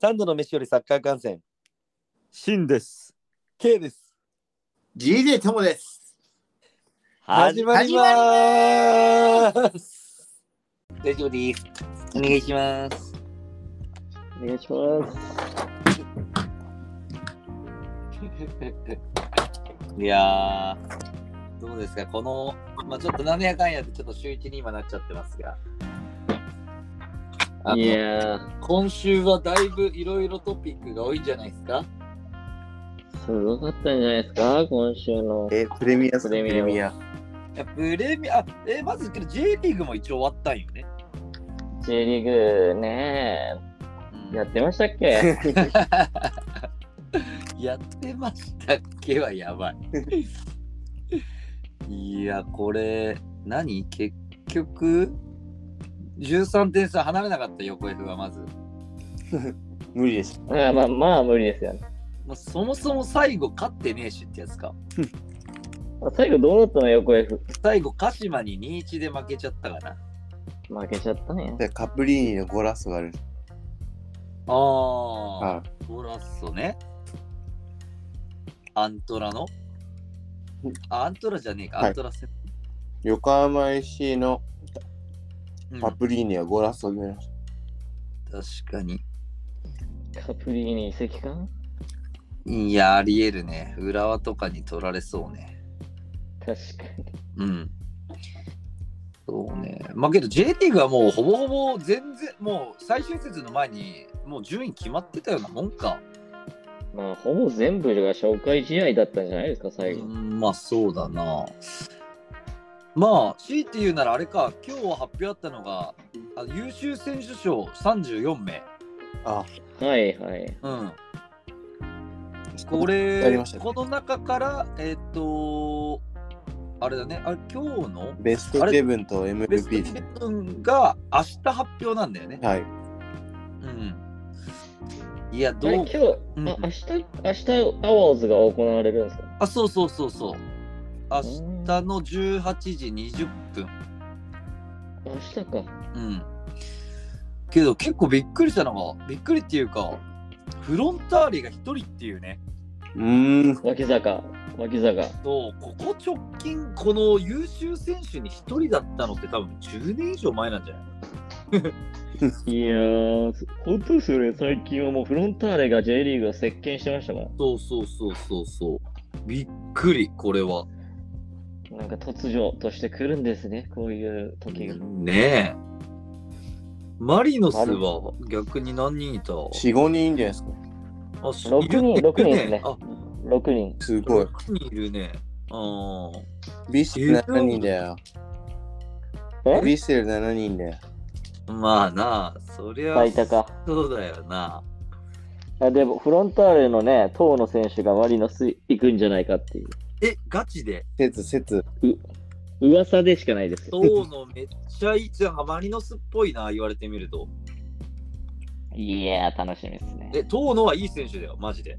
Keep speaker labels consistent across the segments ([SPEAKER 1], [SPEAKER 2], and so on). [SPEAKER 1] 三度の飯よりサッカー観戦
[SPEAKER 2] シンです。
[SPEAKER 1] K です。
[SPEAKER 3] GJ ともです。
[SPEAKER 1] 始まります。大丈夫です。お願いします。
[SPEAKER 4] お願いします。
[SPEAKER 1] いやー、どうですかこの、まあちょっとなんやかんやでちょっと週一に今なっちゃってますが。あの
[SPEAKER 4] いやー、
[SPEAKER 1] 今週はだいぶいろいろトピックが多いんじゃないですか
[SPEAKER 4] すごかったんじゃないですか、今週の。
[SPEAKER 3] えープレミア
[SPEAKER 4] プレミア
[SPEAKER 3] ア。
[SPEAKER 1] いやプレミア、あえまずけど J リーグも一応終わったんよね。
[SPEAKER 4] J リーグねやってましたっ け
[SPEAKER 1] やってましたっけはや ばい。いや、これ、何結局、13点差離れなかった横 F はまず。
[SPEAKER 3] 無理です。
[SPEAKER 4] あまあ、まあ、無理ですよね。
[SPEAKER 1] まあ、そもそも最後勝ってねえしってやつか。
[SPEAKER 4] 最後どうだったの横 F。
[SPEAKER 1] 最後、鹿島に2-1で負けちゃったかな。
[SPEAKER 4] 負けちゃったね。
[SPEAKER 3] でカプリーニのゴラスがある。
[SPEAKER 1] あー、
[SPEAKER 3] は
[SPEAKER 1] ゴラッソね。アントラのあアントラじゃねえか、
[SPEAKER 3] はい
[SPEAKER 1] アントラ戦。
[SPEAKER 3] い。横浜 FC の
[SPEAKER 1] うん
[SPEAKER 3] カ
[SPEAKER 1] 確
[SPEAKER 3] プリーニはゴラスを決めまし
[SPEAKER 1] かに。
[SPEAKER 4] カプリーニ移籍か
[SPEAKER 1] いや、ありえるね。浦和とかに取られそうね。
[SPEAKER 4] 確か
[SPEAKER 1] うん。そうね。まあけど J リーグはもうほぼほぼ全然、もう最終節の前にもう順位決まってたようなもんか。
[SPEAKER 4] に。まあ、ほぼ全部が紹介試合だったんじゃないですか、最
[SPEAKER 1] う
[SPEAKER 4] 後。
[SPEAKER 1] んまあそうだな。まあ C って言うならあれか、今日発表あったのがあ優秀選手賞34名。
[SPEAKER 3] た。あ、
[SPEAKER 4] はいはい。
[SPEAKER 1] うん。こ
[SPEAKER 3] やり
[SPEAKER 1] れ、
[SPEAKER 3] ましたね
[SPEAKER 1] この中から、えっ、と、あれだね、あれ今日の
[SPEAKER 3] ベスト
[SPEAKER 1] あれ
[SPEAKER 3] 7と
[SPEAKER 1] ベスト
[SPEAKER 3] MVP ですね。
[SPEAKER 1] 11が明日発表なんだよね。
[SPEAKER 3] はい。
[SPEAKER 1] うん。いや、
[SPEAKER 4] あれ
[SPEAKER 1] ど
[SPEAKER 4] 今
[SPEAKER 1] う
[SPEAKER 4] 日、
[SPEAKER 1] うん
[SPEAKER 4] あ明日、明日、アワーズが行われるんですか
[SPEAKER 1] あ、そうそうそうそう。明日の18時20分。
[SPEAKER 4] 明日か。
[SPEAKER 1] うん。けど結構びっくりしたのが、びっくりっていうか、フロンターレが1人っていうね。
[SPEAKER 3] うーん。
[SPEAKER 4] 脇坂、脇坂。
[SPEAKER 1] そう、ここ直近、この優秀選手に1人だったのって多分10年以上前なんじゃない
[SPEAKER 4] いやー、そ本当ですよね、最近はもうフロンターレが J リーグを席巻してましたから。
[SPEAKER 1] そうそうそうそうそう。びっくり、これは。
[SPEAKER 4] なんか突如として来るんですね、こういう時が。
[SPEAKER 1] ねえ。マリノスは逆に何人いた
[SPEAKER 3] 4、5人いんじゃないですか。
[SPEAKER 1] あ、し
[SPEAKER 4] 6人
[SPEAKER 1] いる
[SPEAKER 4] 6人ですね
[SPEAKER 1] あ、
[SPEAKER 4] 6人。
[SPEAKER 3] すごい
[SPEAKER 1] 6。人いるね。あー
[SPEAKER 3] ビッセル7人だよ。
[SPEAKER 4] え
[SPEAKER 3] ビッセル7人だよ。
[SPEAKER 1] まあなあ、そりゃ
[SPEAKER 4] 最多か。
[SPEAKER 1] そうだよな。
[SPEAKER 4] あでも、フロンターレのね、党の選手がマリノス行くんじゃないかっていう。
[SPEAKER 1] え、ガチ で
[SPEAKER 3] 説、説。
[SPEAKER 4] 噂でしかないですよ。
[SPEAKER 1] そうのめっちゃいいじゃん。マリノスっぽいな、言われてみると。
[SPEAKER 4] いやー、楽しみですね。
[SPEAKER 1] え、遠野はいい選手だよ、マジで。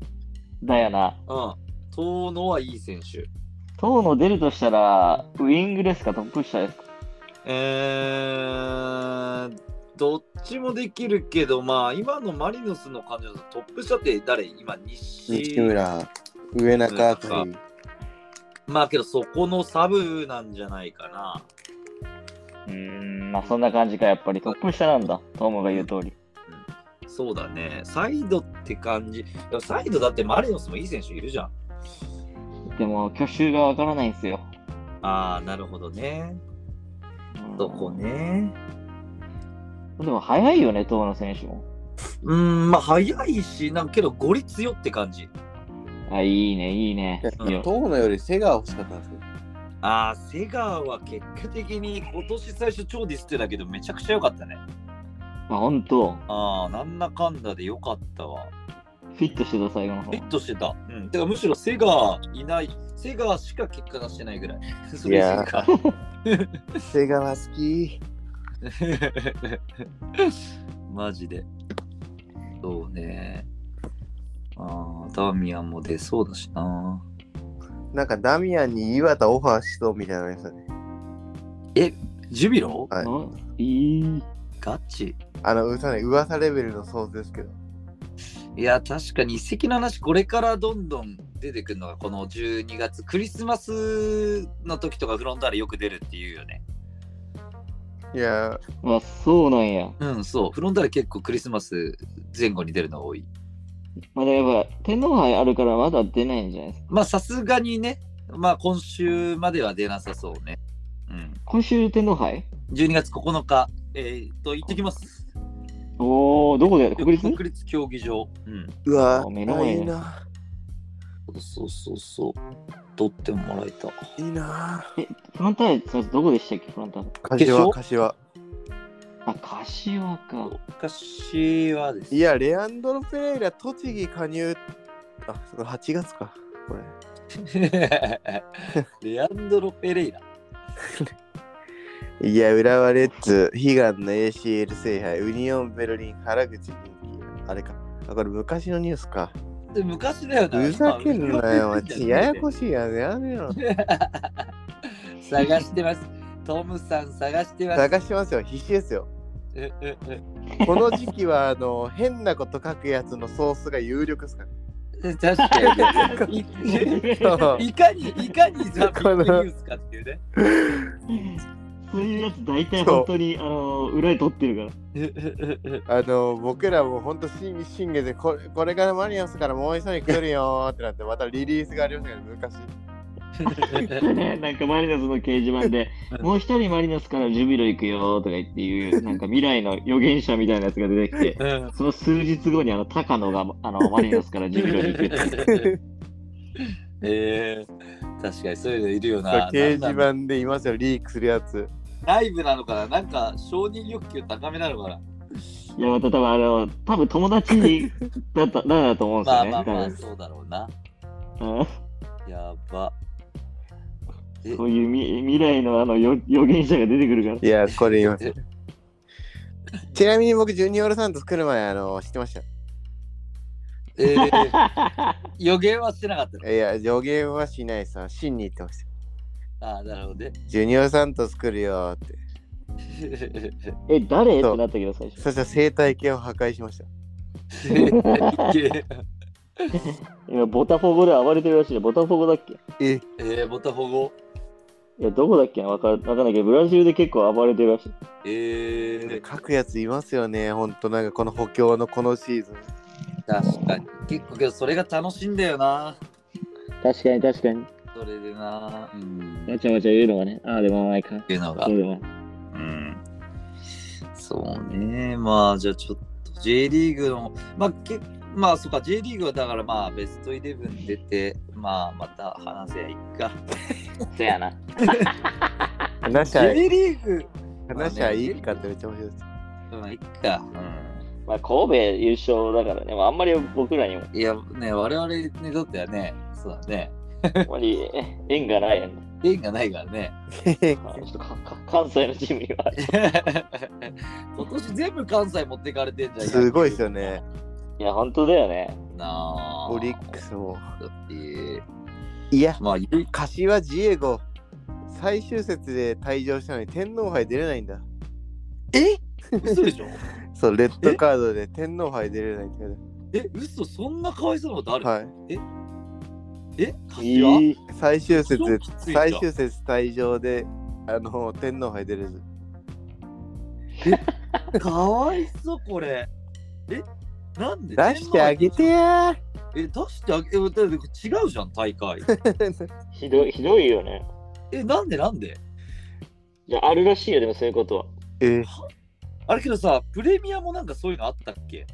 [SPEAKER 4] だよな。
[SPEAKER 1] うん。遠野はいい選手。
[SPEAKER 4] 党の出るとしたら、ウイングですか、トップ下ですか。
[SPEAKER 1] えー、どっちもできるけど、まあ、今のマリノスの感じだとトップ下って誰今、西
[SPEAKER 3] 西村、上中あたり。
[SPEAKER 1] まあ、けどそこのサブなんじゃないかな。
[SPEAKER 4] うーん、まあそんな感じか、やっぱりトップ下なんだ、トモが言う通り。
[SPEAKER 1] そうだね。サイドって感じ。でもサイドだってマリノスもいい選手いるじゃん。
[SPEAKER 4] でも、去就がわからないんですよ。
[SPEAKER 1] ああ、なるほどね。
[SPEAKER 4] うん
[SPEAKER 1] そこね。
[SPEAKER 4] でも早いよね、東野選手も。
[SPEAKER 1] うーん、まあ、早いし、なんかけど、ゴリ強って感じ。
[SPEAKER 4] あ、いいね、いいね。
[SPEAKER 1] ん
[SPEAKER 3] いや遠野より背が欲しかったんですけど。
[SPEAKER 1] ああ、セガーは結果的に今年最初超ディスってたけど、めちゃくちゃ良かったね。
[SPEAKER 4] あ、ほんと、
[SPEAKER 1] ああ、なんだかんだで良かったわ。
[SPEAKER 4] フィットしてた、最後の方
[SPEAKER 1] フィ。ットしてた。うん。てか、むしろセガーいない、セガーしか結果出してないぐらい。 それ
[SPEAKER 3] いやー
[SPEAKER 1] セガー
[SPEAKER 3] 背が好き。
[SPEAKER 1] マジで。そうね。ああ、ダミアンも出そうだしな。
[SPEAKER 3] なんかダミアンに岩田オファーしそうみたいなやつだね。
[SPEAKER 1] ジュビロ
[SPEAKER 3] はい
[SPEAKER 4] い、いい。
[SPEAKER 1] ガチ
[SPEAKER 3] あの、うさね、噂レベルの想像ですけど。
[SPEAKER 1] いや、確かに一石の話、これからどんどん出てくるのが、この12月、クリスマスの時とかフロンターレよく出るっていうよね。
[SPEAKER 3] いや
[SPEAKER 4] まあ、そうなんや。
[SPEAKER 1] うん、そう。フロンターレ結構クリスマス前後に出るのが多い。
[SPEAKER 4] まあ、でもやっぱ、天皇杯あるからまだ出ないんじゃないですか。
[SPEAKER 1] まあ、さすがにね、まあ、今週までは出なさそうね。うん。
[SPEAKER 4] 今週天皇杯
[SPEAKER 1] 12月9日、えー、っと、行ってきます。
[SPEAKER 4] おお、どこでやる国立
[SPEAKER 1] 国立競技場。うん。
[SPEAKER 3] ー、うわ
[SPEAKER 4] あ
[SPEAKER 3] ー、
[SPEAKER 4] 目の前
[SPEAKER 3] い
[SPEAKER 4] ね
[SPEAKER 3] いな。
[SPEAKER 1] そうそうそうそう。取ってもらえた。
[SPEAKER 3] いいな。
[SPEAKER 4] フロンターレってそれどこでしたっけフロンターレ。
[SPEAKER 1] 決勝
[SPEAKER 3] 柏、柏。
[SPEAKER 4] あ、柏か。
[SPEAKER 1] 昔はです
[SPEAKER 3] いや、レアンドロ・ペレイラ、栃木加入。あ、その8月か。こ れ。
[SPEAKER 1] レアンドロ・ペレイラ。
[SPEAKER 3] いや、浦和レッズ、悲願の ACL 制覇、ユニオンベルリン、原口元気。あれか。あ、これ昔のニュースか。
[SPEAKER 1] で昔だよな。
[SPEAKER 3] ふざけんなよ、マジ。ややこ
[SPEAKER 1] し
[SPEAKER 3] しいやね。やめろ。
[SPEAKER 1] い。探してます。トムさん探してます。
[SPEAKER 3] 探しますよ。必死ですよ。
[SPEAKER 1] えええ
[SPEAKER 3] この時期は、あの、変なこと書くやつのソースが有力ですから。
[SPEAKER 1] え確か に。
[SPEAKER 3] そう
[SPEAKER 1] いかに、いかにザ・ビッグニュースかっていうね。
[SPEAKER 4] そういうやつ大体本当にあの裏で撮ってるか
[SPEAKER 1] ええええ
[SPEAKER 3] あの僕らも本当信信玄でこれこれからマリアスからもう一人来るよーってなってまたリリースがありましたけど昔
[SPEAKER 1] え
[SPEAKER 4] ら、ね、なんかマリノスの掲示板で
[SPEAKER 1] う、ん
[SPEAKER 4] もう一人マリノスからジュビロ行くよとか言っていう、なんか未来の予言者みたいなやつが出て きて、
[SPEAKER 1] えうん
[SPEAKER 4] その数日後にあの高野があのマリノスからジュビロに行くっていう。
[SPEAKER 1] えー、確かにそういうのいるよ
[SPEAKER 3] そう
[SPEAKER 1] な。
[SPEAKER 3] 掲示板でいますよリークするやつ
[SPEAKER 1] ライブなのかななんか承認欲求高めなのかない
[SPEAKER 4] や、また多分あの、多分友達だった、だだと思うんで
[SPEAKER 1] ま
[SPEAKER 4] すよ
[SPEAKER 1] あ
[SPEAKER 4] ね。
[SPEAKER 1] まあ ま
[SPEAKER 4] 多
[SPEAKER 1] あ、
[SPEAKER 4] 分
[SPEAKER 1] そうだろうな。
[SPEAKER 4] うん
[SPEAKER 1] やば。え
[SPEAKER 4] そういうみ 未来のあの予予言者が出てくるから。
[SPEAKER 3] いやこれ言いますちなみに僕ジュニオールサントス来る前あの知ってまし
[SPEAKER 1] え ー、予言はしてなかったの
[SPEAKER 3] たいや助言はしないさ真に言ってました
[SPEAKER 1] ああ、なるほどね。
[SPEAKER 3] ジュニオールサントス来るよーって
[SPEAKER 4] え、誰って
[SPEAKER 3] そう
[SPEAKER 4] なったけど、最初。
[SPEAKER 3] そしたら生態系を破壊しました
[SPEAKER 4] 今、ボタフォゴで暴れてるらしいね。ボタフォゴだっけ
[SPEAKER 3] え
[SPEAKER 1] えー、ボタフォゴ。
[SPEAKER 4] いや、どこだっけなわかわかんないけど、ブラジルで結構暴れてるらしい。
[SPEAKER 1] えー、
[SPEAKER 3] 書くやついますよねほんとなんかこの補強のこのシーズン
[SPEAKER 1] 確かに。結構けど、それが楽しいんだよな。
[SPEAKER 4] 確かに、確かに。
[SPEAKER 1] それでな。うん。っ
[SPEAKER 4] わちゃわちゃ言うのがね。ああ、でもないか。
[SPEAKER 1] ていうのが
[SPEAKER 4] そ。うでもない。
[SPEAKER 1] うん。そうね。まあ、じゃあちょっと J リーグの、まあ、けまあ、そうか、J リーグはだからまあ、ベストイレブン出て、まあ、また話せやいっか。
[SPEAKER 4] そやな。
[SPEAKER 3] 話しゃ
[SPEAKER 1] J リーグ、
[SPEAKER 3] 話しゃいいかってめっちゃ面白いです
[SPEAKER 1] うん、いっか。うん
[SPEAKER 4] まあ、神戸優勝だからね。まあ、あんまり僕 らにも、
[SPEAKER 1] いやね、我々にとってはね、そうだね、
[SPEAKER 4] あんまりえ縁がないやん。
[SPEAKER 1] 縁がないからね。
[SPEAKER 4] あちょっとかか関西のチームには。
[SPEAKER 1] 今年全部関西持ってかれてんじゃん。
[SPEAKER 3] すごいですよね。
[SPEAKER 4] いや、本当だよね。
[SPEAKER 1] なあ。
[SPEAKER 3] オリックスも
[SPEAKER 1] だって
[SPEAKER 3] いや
[SPEAKER 1] まあ、ゆい
[SPEAKER 3] 柏ジエゴ最終節で退場したのに天皇杯出れないんだ
[SPEAKER 1] え嘘でしょ
[SPEAKER 3] そうレッドカードで天皇杯出れないんだ
[SPEAKER 1] え、嘘そんなかわいそうなことある、
[SPEAKER 3] はい
[SPEAKER 1] え
[SPEAKER 4] い
[SPEAKER 1] 柏
[SPEAKER 4] い。
[SPEAKER 3] 最終節
[SPEAKER 1] そうきついじゃん
[SPEAKER 3] 最終節退場であの天皇杯出れず
[SPEAKER 1] かわいそう、これ。えなんで
[SPEAKER 3] 出してあげてや
[SPEAKER 1] え、出してあげて。だって違うじゃん、大 会。
[SPEAKER 3] ー
[SPEAKER 4] ひどい、ひどいよね。
[SPEAKER 1] え、なんでなんで
[SPEAKER 4] いや、あるらしいよ、でもそういうことは。
[SPEAKER 3] え
[SPEAKER 1] あれけどさ、プレミアもなんかそういうのあったっけ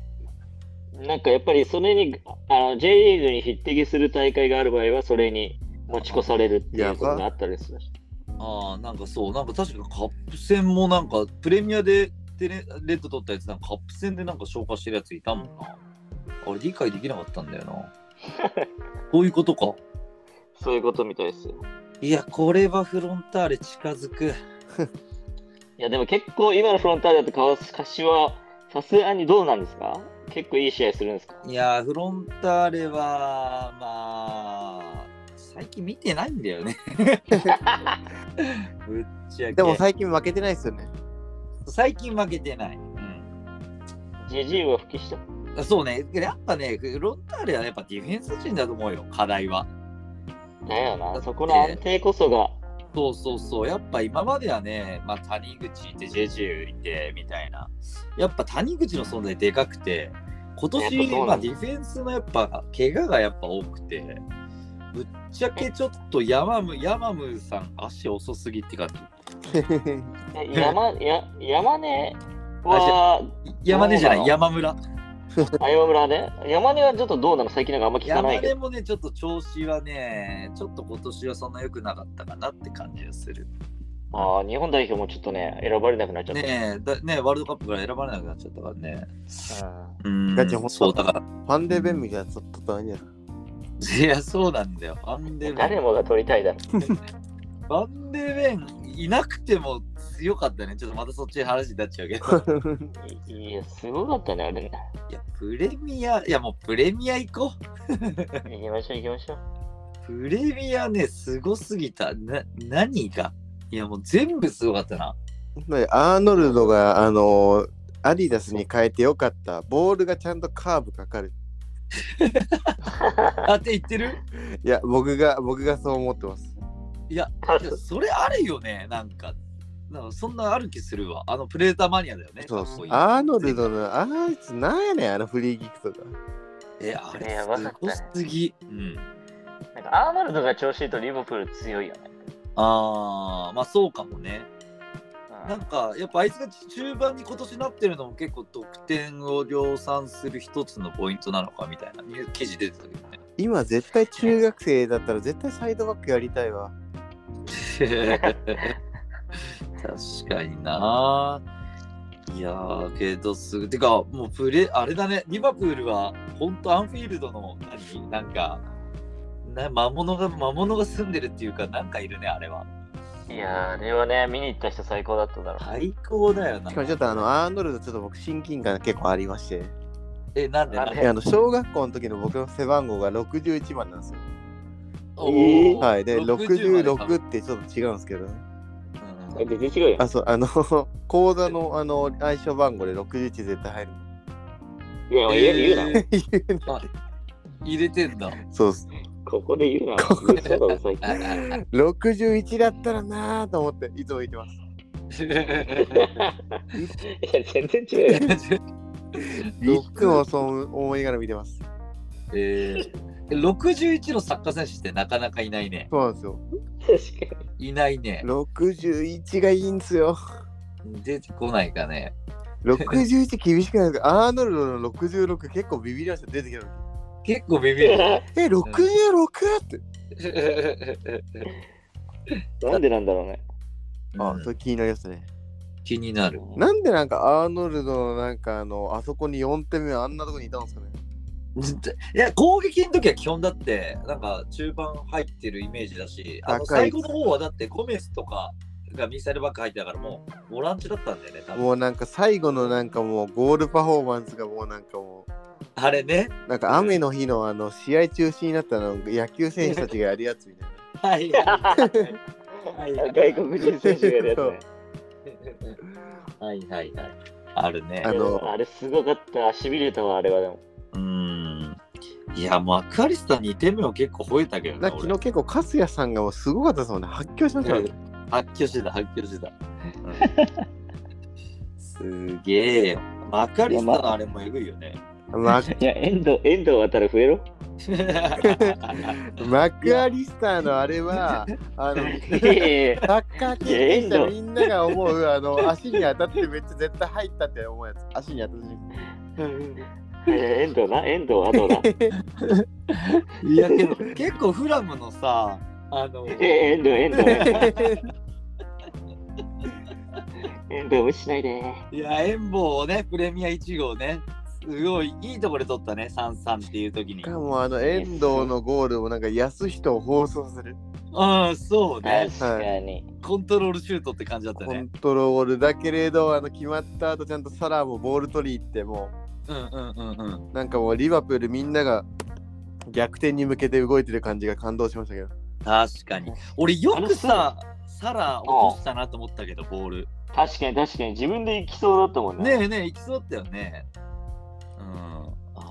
[SPEAKER 4] なんかやっぱりそれにあの J リーグに匹敵する大会がある場合はそれに持ち越されるっていうことがあったりするし
[SPEAKER 1] ああ、なんかそう、なんか確かカップ戦もなんか、プレミアでテレレッド取ったやつ、なんかカップ戦でなんか消化してるやついたもんな。あれ理解できなかったんだよ な。そういうことか。
[SPEAKER 4] そういうことみたいですよ
[SPEAKER 1] いや、これはフロンターレ近づく。
[SPEAKER 4] いやでも結構今のフロンターレだと川柏さすがにどうなんですか結構いい試合するんですか
[SPEAKER 1] いや、フロンターレは、まあ、最近見てないんだよね。 ぶっちゃけ。
[SPEAKER 3] でも最近負けてないですよね。
[SPEAKER 1] 最近負けてない。うん
[SPEAKER 4] ジジイは復帰した。
[SPEAKER 1] あ、そうね。やっぱね、ロンターレはやっぱディフェンス陣だと思うよ、課題は。
[SPEAKER 4] だよな、そこの安定こそが。
[SPEAKER 1] そうそうそう。やっぱ今まではね、まあ、谷口いて JJ いてみたいな。やっぱ谷口の存在でかくて、今
[SPEAKER 4] やっ
[SPEAKER 1] 年、
[SPEAKER 4] ぱそう
[SPEAKER 1] ま
[SPEAKER 4] な
[SPEAKER 1] あ、
[SPEAKER 4] ん
[SPEAKER 1] デ
[SPEAKER 4] だ
[SPEAKER 1] ィフェンスのやっぱ怪我がやっぱ多くて、ぶっちゃけちょっとヤマム、ヤマムさん足遅すぎって感じ。
[SPEAKER 4] え山、や山根は、
[SPEAKER 1] 山根じゃな
[SPEAKER 4] そ
[SPEAKER 1] い、
[SPEAKER 4] うな
[SPEAKER 1] 山村。
[SPEAKER 4] あ山村ね。山根はちょっとどうなの最近なんかあんま聞か
[SPEAKER 1] 山
[SPEAKER 4] ないけ
[SPEAKER 1] 根
[SPEAKER 4] ど。
[SPEAKER 1] もね、ちょっと調子はね、ちょっと今年はそんな良くなかったかなって感じがする。
[SPEAKER 4] ああ、日本代表もちょっとね、選ばれなくなっちゃった。
[SPEAKER 1] ねえ、だねワールドカップから選ばれなくなっちゃったからね。
[SPEAKER 4] うん
[SPEAKER 1] うん
[SPEAKER 3] ガチ本当
[SPEAKER 1] そうだから。
[SPEAKER 3] ファンデベンみたいなやつ取ったらいいんやろ。
[SPEAKER 1] いや、そうなんだよ。ファンデベン。
[SPEAKER 4] 誰もが取りたいだろ。
[SPEAKER 1] ファンデベンいなくても強かったね。ちょっとまたそっちの話になっちゃうけ ど。
[SPEAKER 4] いいや、すごかったね、あれ。
[SPEAKER 1] いや、プレミア、いやもうプレミア行こう。
[SPEAKER 4] 行きましょう、行きましょう。
[SPEAKER 1] プレミアね、すごすぎた。な、何がいや、もう全部すごかったな。
[SPEAKER 3] ねアーノルドが、あのーアディダスに変えてよかった。ボールがちゃんとカーブかかる。
[SPEAKER 1] あって言ってる
[SPEAKER 3] いや、僕が、僕がそう思ってます。
[SPEAKER 1] いや、
[SPEAKER 4] パ
[SPEAKER 1] い
[SPEAKER 4] ス
[SPEAKER 1] やそれあるよね、なんか。なんかそんなある気するわ。あのプレーターマニアだよね。
[SPEAKER 3] そ
[SPEAKER 1] か
[SPEAKER 3] う
[SPEAKER 1] っ
[SPEAKER 3] そ
[SPEAKER 1] こ
[SPEAKER 3] う
[SPEAKER 1] い。い
[SPEAKER 3] アーノルドの、あいつなんやねん、あのフリーキックとか。
[SPEAKER 1] え、あれ
[SPEAKER 4] ねやばかっ
[SPEAKER 1] す
[SPEAKER 4] たね
[SPEAKER 1] ごすぎ。うん。
[SPEAKER 4] なんかアーノルドが調子いいとリバプール強いよね。
[SPEAKER 1] あー、まあそうかもね。
[SPEAKER 4] うん
[SPEAKER 1] なんかやっぱあいつが中盤に今年なってるのも結構得点を量産する一つのポイントなのかみたいなニュー記事出てたけどね。
[SPEAKER 3] 今、絶対中学生だったら、絶対サイドバックやりたいわ。
[SPEAKER 1] 確かにないやーけどすてかもうプレあれだねリバプールは本当アンフィールドの何なんかな魔物が魔物が住んでるっていうかなんかいるねあれはい
[SPEAKER 4] やー、あれはね、見に行った人最高だっただろう。
[SPEAKER 1] 最高だよな
[SPEAKER 3] しかもちょっとあの、アーノルド、ちょっと僕、親近感が結構ありまして。
[SPEAKER 1] えなんでなん
[SPEAKER 4] なん
[SPEAKER 1] で
[SPEAKER 4] で
[SPEAKER 3] えあの小学校の時の僕の背番号が61番なんですよ。
[SPEAKER 1] おー
[SPEAKER 3] はい、
[SPEAKER 1] 60
[SPEAKER 3] で
[SPEAKER 1] までか
[SPEAKER 3] 66ってちょっと違うんですけ
[SPEAKER 1] う
[SPEAKER 3] ど
[SPEAKER 1] ん
[SPEAKER 4] 全然違うよ。
[SPEAKER 3] あそうあの 講座のあの相性番号で61絶対入る
[SPEAKER 4] いや、言う言うな。
[SPEAKER 1] あ入れてんだ。
[SPEAKER 3] そうっす
[SPEAKER 4] ここで言うな。嘘だろ、最近。
[SPEAKER 3] 61だったらなーと思っていつも言ってます
[SPEAKER 4] いや、全然違うよ。
[SPEAKER 3] いつもそう思いながら見てます
[SPEAKER 1] えー、61のサッカー選手ってなかなかいないね。
[SPEAKER 3] そうなんですよ
[SPEAKER 4] 確か
[SPEAKER 1] いないね。
[SPEAKER 3] 61がいいんですよ
[SPEAKER 1] 出てこないかね。
[SPEAKER 3] 61厳しくないですかア ーノルドの66結構ビビりました出てきた時
[SPEAKER 1] 結構ビビる。
[SPEAKER 3] え 66? って、
[SPEAKER 4] に。なんでなんだろうね。
[SPEAKER 3] あそれ気になりますね
[SPEAKER 1] 気になる。
[SPEAKER 3] なんでなんかアーノルドのなんかあのあそこに4点目あんなとこにいたんですかね
[SPEAKER 1] いや、攻撃の時は基本だって、なんか中盤入ってるイメージだし、あの
[SPEAKER 3] 高
[SPEAKER 1] 最
[SPEAKER 3] い
[SPEAKER 1] 後の方はだってゴメスとかがミサイルバック入ってたから、もうボランチだったんだよね、多分。
[SPEAKER 3] もうなんか最後のなんかもうゴールパフォーマンスがもうなんかも
[SPEAKER 1] あれね。
[SPEAKER 3] うなんか雨の日のあの試合中止になったの野球選手たちがやるやつみたい
[SPEAKER 1] はい。はいはい
[SPEAKER 4] 外国人選手がやるやつね。
[SPEAKER 1] はいはいはい。あるね
[SPEAKER 3] あ。の
[SPEAKER 4] あれすごかった。しびれたわ、あれはでも。
[SPEAKER 1] うーん。いや、もうアクアリスタ2点目も結構吠えたけど
[SPEAKER 3] な。な
[SPEAKER 1] ね。
[SPEAKER 3] んか
[SPEAKER 1] 俺
[SPEAKER 3] 昨日結構粕谷さんがもうすごかったですもんね。発狂しましたもんね。
[SPEAKER 1] 発狂してた、発狂してた。すげえよ。アクアリスタのあれもえぐいよね。
[SPEAKER 3] マッ
[SPEAKER 4] いや、遠藤、遠藤渡る増えろ。
[SPEAKER 3] マクアリスターのあれは、あの、
[SPEAKER 4] いやいやいや
[SPEAKER 3] サッカー経験者みんなが思う、あの、足に当たってめっちゃ絶対入ったって思うやつ。足に当たって。
[SPEAKER 4] いや遠藤な、遠藤後だ。
[SPEAKER 1] いやけど結構フラムのさ、あの、
[SPEAKER 4] え遠藤、遠藤。遠藤無視しないで。
[SPEAKER 1] いや、エンボをね、プレミア1号ね、すごいいいところで取ったね、3-3っていう時に
[SPEAKER 3] し。かもあの、遠藤のゴールをなんか安人を放送する。
[SPEAKER 1] うん、そうね。
[SPEAKER 4] 確かに。
[SPEAKER 1] コントロールシュートって感じだった
[SPEAKER 3] コ
[SPEAKER 1] ね
[SPEAKER 3] ン。トロールだけれど、あの決まった後ちゃんとサラーもボール取り行っても
[SPEAKER 1] うんうんうんうん。
[SPEAKER 3] うなんかもうリバプールみんなが逆転に向けて動いてる感じが感動しましたけど
[SPEAKER 1] 確かに。俺よくさ、サラ落としたなと思ったけど、ボール。
[SPEAKER 4] 確かに確かに自分で行きそうだったもんね。
[SPEAKER 1] ねえねえ、行きそうだったよね。うん。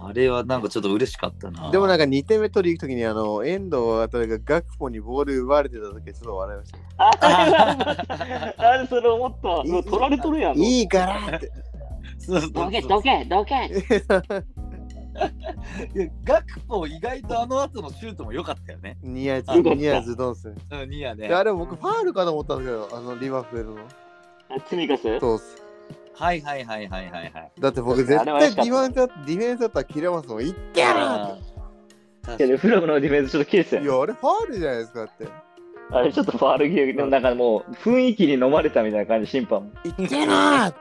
[SPEAKER 1] あれはなんかちょっと嬉しかったな。
[SPEAKER 3] でもなんか2点目取り行くときにあの遠藤渡がガクポにボール奪われてたときちょっと笑いました。
[SPEAKER 4] ああ、あれそれ思った。もう取られとるやん。
[SPEAKER 3] いいからって。
[SPEAKER 1] そうそうそう
[SPEAKER 4] どけどけどけ。
[SPEAKER 1] いやガクポ意外とあの後のシュートも良かったよね。
[SPEAKER 3] ニアズ、
[SPEAKER 4] あよかった
[SPEAKER 3] ニアズドンス。
[SPEAKER 1] うん、ニアね
[SPEAKER 3] で。あれ僕ファールかと思ったんですけど、あのリバプールの。
[SPEAKER 4] あ積み重ね。
[SPEAKER 3] そうっす。
[SPEAKER 1] はいはいはいはいはいはい。
[SPEAKER 3] だって僕絶
[SPEAKER 4] あれは良かっ
[SPEAKER 3] 対
[SPEAKER 4] た
[SPEAKER 3] ディフェンスだディフェンスだったら切れますもん。いってやろって
[SPEAKER 1] 確か
[SPEAKER 4] い
[SPEAKER 1] に
[SPEAKER 4] やフラムのディフェンスちょっと切れてた
[SPEAKER 3] い
[SPEAKER 4] よ。
[SPEAKER 3] や、あれファールじゃないですかだって。
[SPEAKER 4] あれちょっとファール気味でもなんかもう雰囲気に飲まれたみたいな感じ審判も。
[SPEAKER 3] いってやろ っ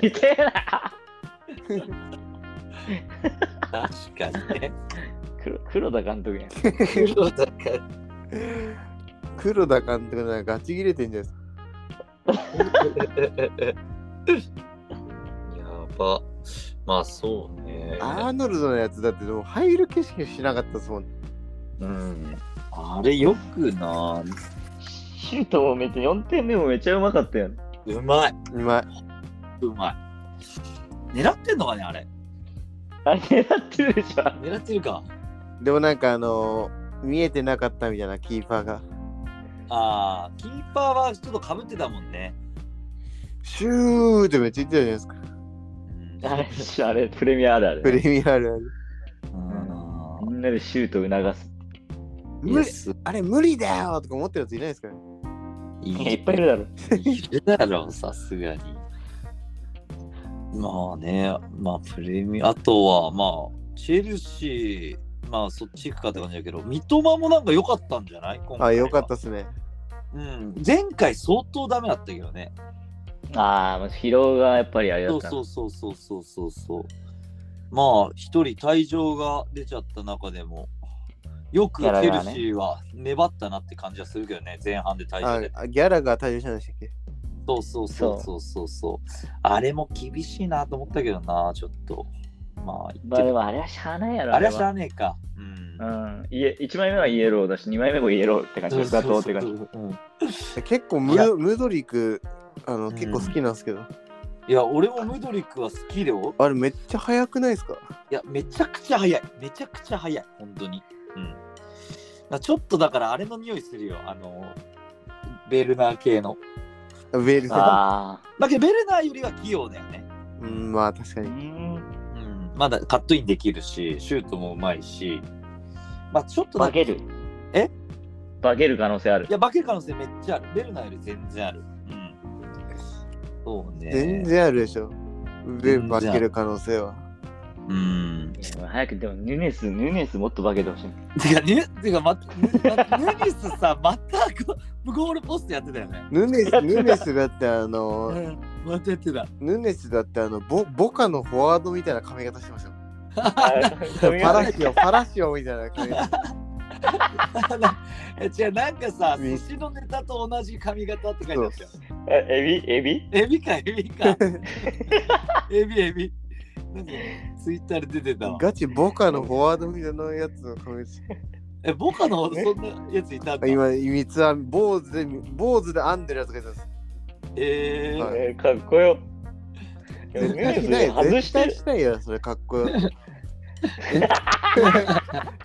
[SPEAKER 3] て。
[SPEAKER 4] いけな
[SPEAKER 1] 確かにね。
[SPEAKER 4] 黒黒田監督やん。
[SPEAKER 1] 黒田か
[SPEAKER 3] 黒田監督なんかガチ切れてんじゃないですか。
[SPEAKER 1] やば。まあそうね。
[SPEAKER 3] アーノルドのやつだってでも入る景色しなかったですもん。
[SPEAKER 1] うん、あれよくな。
[SPEAKER 4] シュートもめっちゃ4点目もめっちゃうまかったよね。
[SPEAKER 1] うまい。
[SPEAKER 3] 今、
[SPEAKER 1] うまい。狙ってんのかねあれ。
[SPEAKER 4] あれ狙ってるでしょ。
[SPEAKER 1] 狙ってるか。
[SPEAKER 3] でもなんかあのー見えてなかったみたいなキーパーが。
[SPEAKER 1] ああ、キーパーはちょっとかぶってたもんね。
[SPEAKER 3] シューってめっちゃ言ってたじゃないですか。
[SPEAKER 1] うん
[SPEAKER 4] あれ、あれプレミアあるあ
[SPEAKER 3] プレ
[SPEAKER 4] る。
[SPEAKER 3] ミアルある。
[SPEAKER 1] うん
[SPEAKER 4] みんなでシュートを促す。
[SPEAKER 1] いや
[SPEAKER 3] 無理
[SPEAKER 1] す
[SPEAKER 3] あれ無理だよとか思ってるやついないですかね。
[SPEAKER 1] い
[SPEAKER 4] いや
[SPEAKER 1] や
[SPEAKER 4] い
[SPEAKER 1] い
[SPEAKER 4] っぱいいるだろ。
[SPEAKER 1] いるだろう、さすがに。まあね、まあプレミア、あとはまあ、チェルシー、まあそっち行くかって感じだけど、三笘もなんか良かったんじゃない今回は
[SPEAKER 3] あ、よかったっすね。
[SPEAKER 1] うん、前回相当ダメだったけどね。
[SPEAKER 4] ああ、まあ疲労がやっぱりあれだ
[SPEAKER 1] そ
[SPEAKER 4] っ
[SPEAKER 1] う
[SPEAKER 4] た
[SPEAKER 1] そ
[SPEAKER 4] の。
[SPEAKER 1] うそうそうそうそうそう。まあ一人退場が出ちゃった中でも、よくチ
[SPEAKER 4] やられ
[SPEAKER 1] ェ
[SPEAKER 4] た
[SPEAKER 1] ル
[SPEAKER 4] ね
[SPEAKER 1] シーは粘ったなって感じはするけどね、前半で退場
[SPEAKER 3] あ
[SPEAKER 1] で。、
[SPEAKER 3] あギャラが退場したんでしたっけ
[SPEAKER 1] そうそうそうそうそうそう。あれも厳しいなと思ったけどな、ちょっと。まあ、
[SPEAKER 4] まあでもあれはしゃあないやろ。
[SPEAKER 1] あれはしゃあねえか。うん。
[SPEAKER 4] うん、いえ1枚目はイエローだし、2枚目もイエローって感じ
[SPEAKER 1] そう
[SPEAKER 4] です。
[SPEAKER 1] そう
[SPEAKER 4] 妥
[SPEAKER 1] そ
[SPEAKER 4] 当
[SPEAKER 1] う
[SPEAKER 4] って感
[SPEAKER 1] う
[SPEAKER 4] じ。
[SPEAKER 1] ん
[SPEAKER 3] 結構
[SPEAKER 1] いや
[SPEAKER 3] ムムドリク、あの、
[SPEAKER 1] うん
[SPEAKER 3] 結構好きなんですけど。
[SPEAKER 1] いや、俺もムドリックは好きだよ。
[SPEAKER 3] あれめっちゃ速くないですか
[SPEAKER 1] いや、めちゃくちゃ早い。めちゃくちゃ早い。本当に。うん。まあちょっとだから、あれの匂いするよ。あの、ベルナー系の。
[SPEAKER 3] ベールさ
[SPEAKER 4] あ
[SPEAKER 1] だけど、ベルナーよりは器用だよね。
[SPEAKER 3] ん。うん、まあ確か
[SPEAKER 4] あ。う
[SPEAKER 3] に。
[SPEAKER 4] ん。
[SPEAKER 1] うん。まだカットインできるし、シュートもうまいし。まあちょっとだ
[SPEAKER 4] 化
[SPEAKER 1] け
[SPEAKER 4] ける。
[SPEAKER 1] え
[SPEAKER 4] 化ける可能性ある
[SPEAKER 1] い。や、化ける可能性めっちゃある。ベルナーより全然ある。うん。そうね。
[SPEAKER 3] 全。然あるでしょ。ベ
[SPEAKER 1] 全
[SPEAKER 3] ン
[SPEAKER 1] 然あ
[SPEAKER 3] 負
[SPEAKER 1] る
[SPEAKER 3] ける可能性は。
[SPEAKER 1] うん。
[SPEAKER 4] いや早く、でもヌネス、ヌネスもっと化けてほ しい。
[SPEAKER 1] てか、ね、てか、ま、ヌニスさ、またこゴールポストやってたよね。
[SPEAKER 3] ヌネス、ヌネスだってあの
[SPEAKER 1] う
[SPEAKER 3] ー、
[SPEAKER 1] ん。またやってた。
[SPEAKER 3] ヌネスだってあの、ボボカのフォワードみたいな髪型してましたよ。
[SPEAKER 4] パ
[SPEAKER 3] パラ シオ、パラシオみたいな髪 型。
[SPEAKER 1] え違う、なんかさ、
[SPEAKER 3] うん
[SPEAKER 1] 寿司のネタと同じ髪型って書いてあったよ。
[SPEAKER 4] エビエビ
[SPEAKER 1] エビか、エビか。エビ、エビ。なんかツイッターで出てたわ。
[SPEAKER 3] ガチボカのフォワードみたいなやつの髪型。
[SPEAKER 1] え、ボカのそんなやついたんだ。
[SPEAKER 3] 今、三つ編み、坊主で、坊主で編んでるやつがいたんです。
[SPEAKER 1] えー
[SPEAKER 3] はい
[SPEAKER 4] えーかっこよ。でも
[SPEAKER 3] 絶
[SPEAKER 4] ヌネス
[SPEAKER 3] 対しないよ。
[SPEAKER 4] 外
[SPEAKER 3] 絶
[SPEAKER 4] して
[SPEAKER 3] 対
[SPEAKER 4] る。
[SPEAKER 3] しないよ、それかっこよ。絶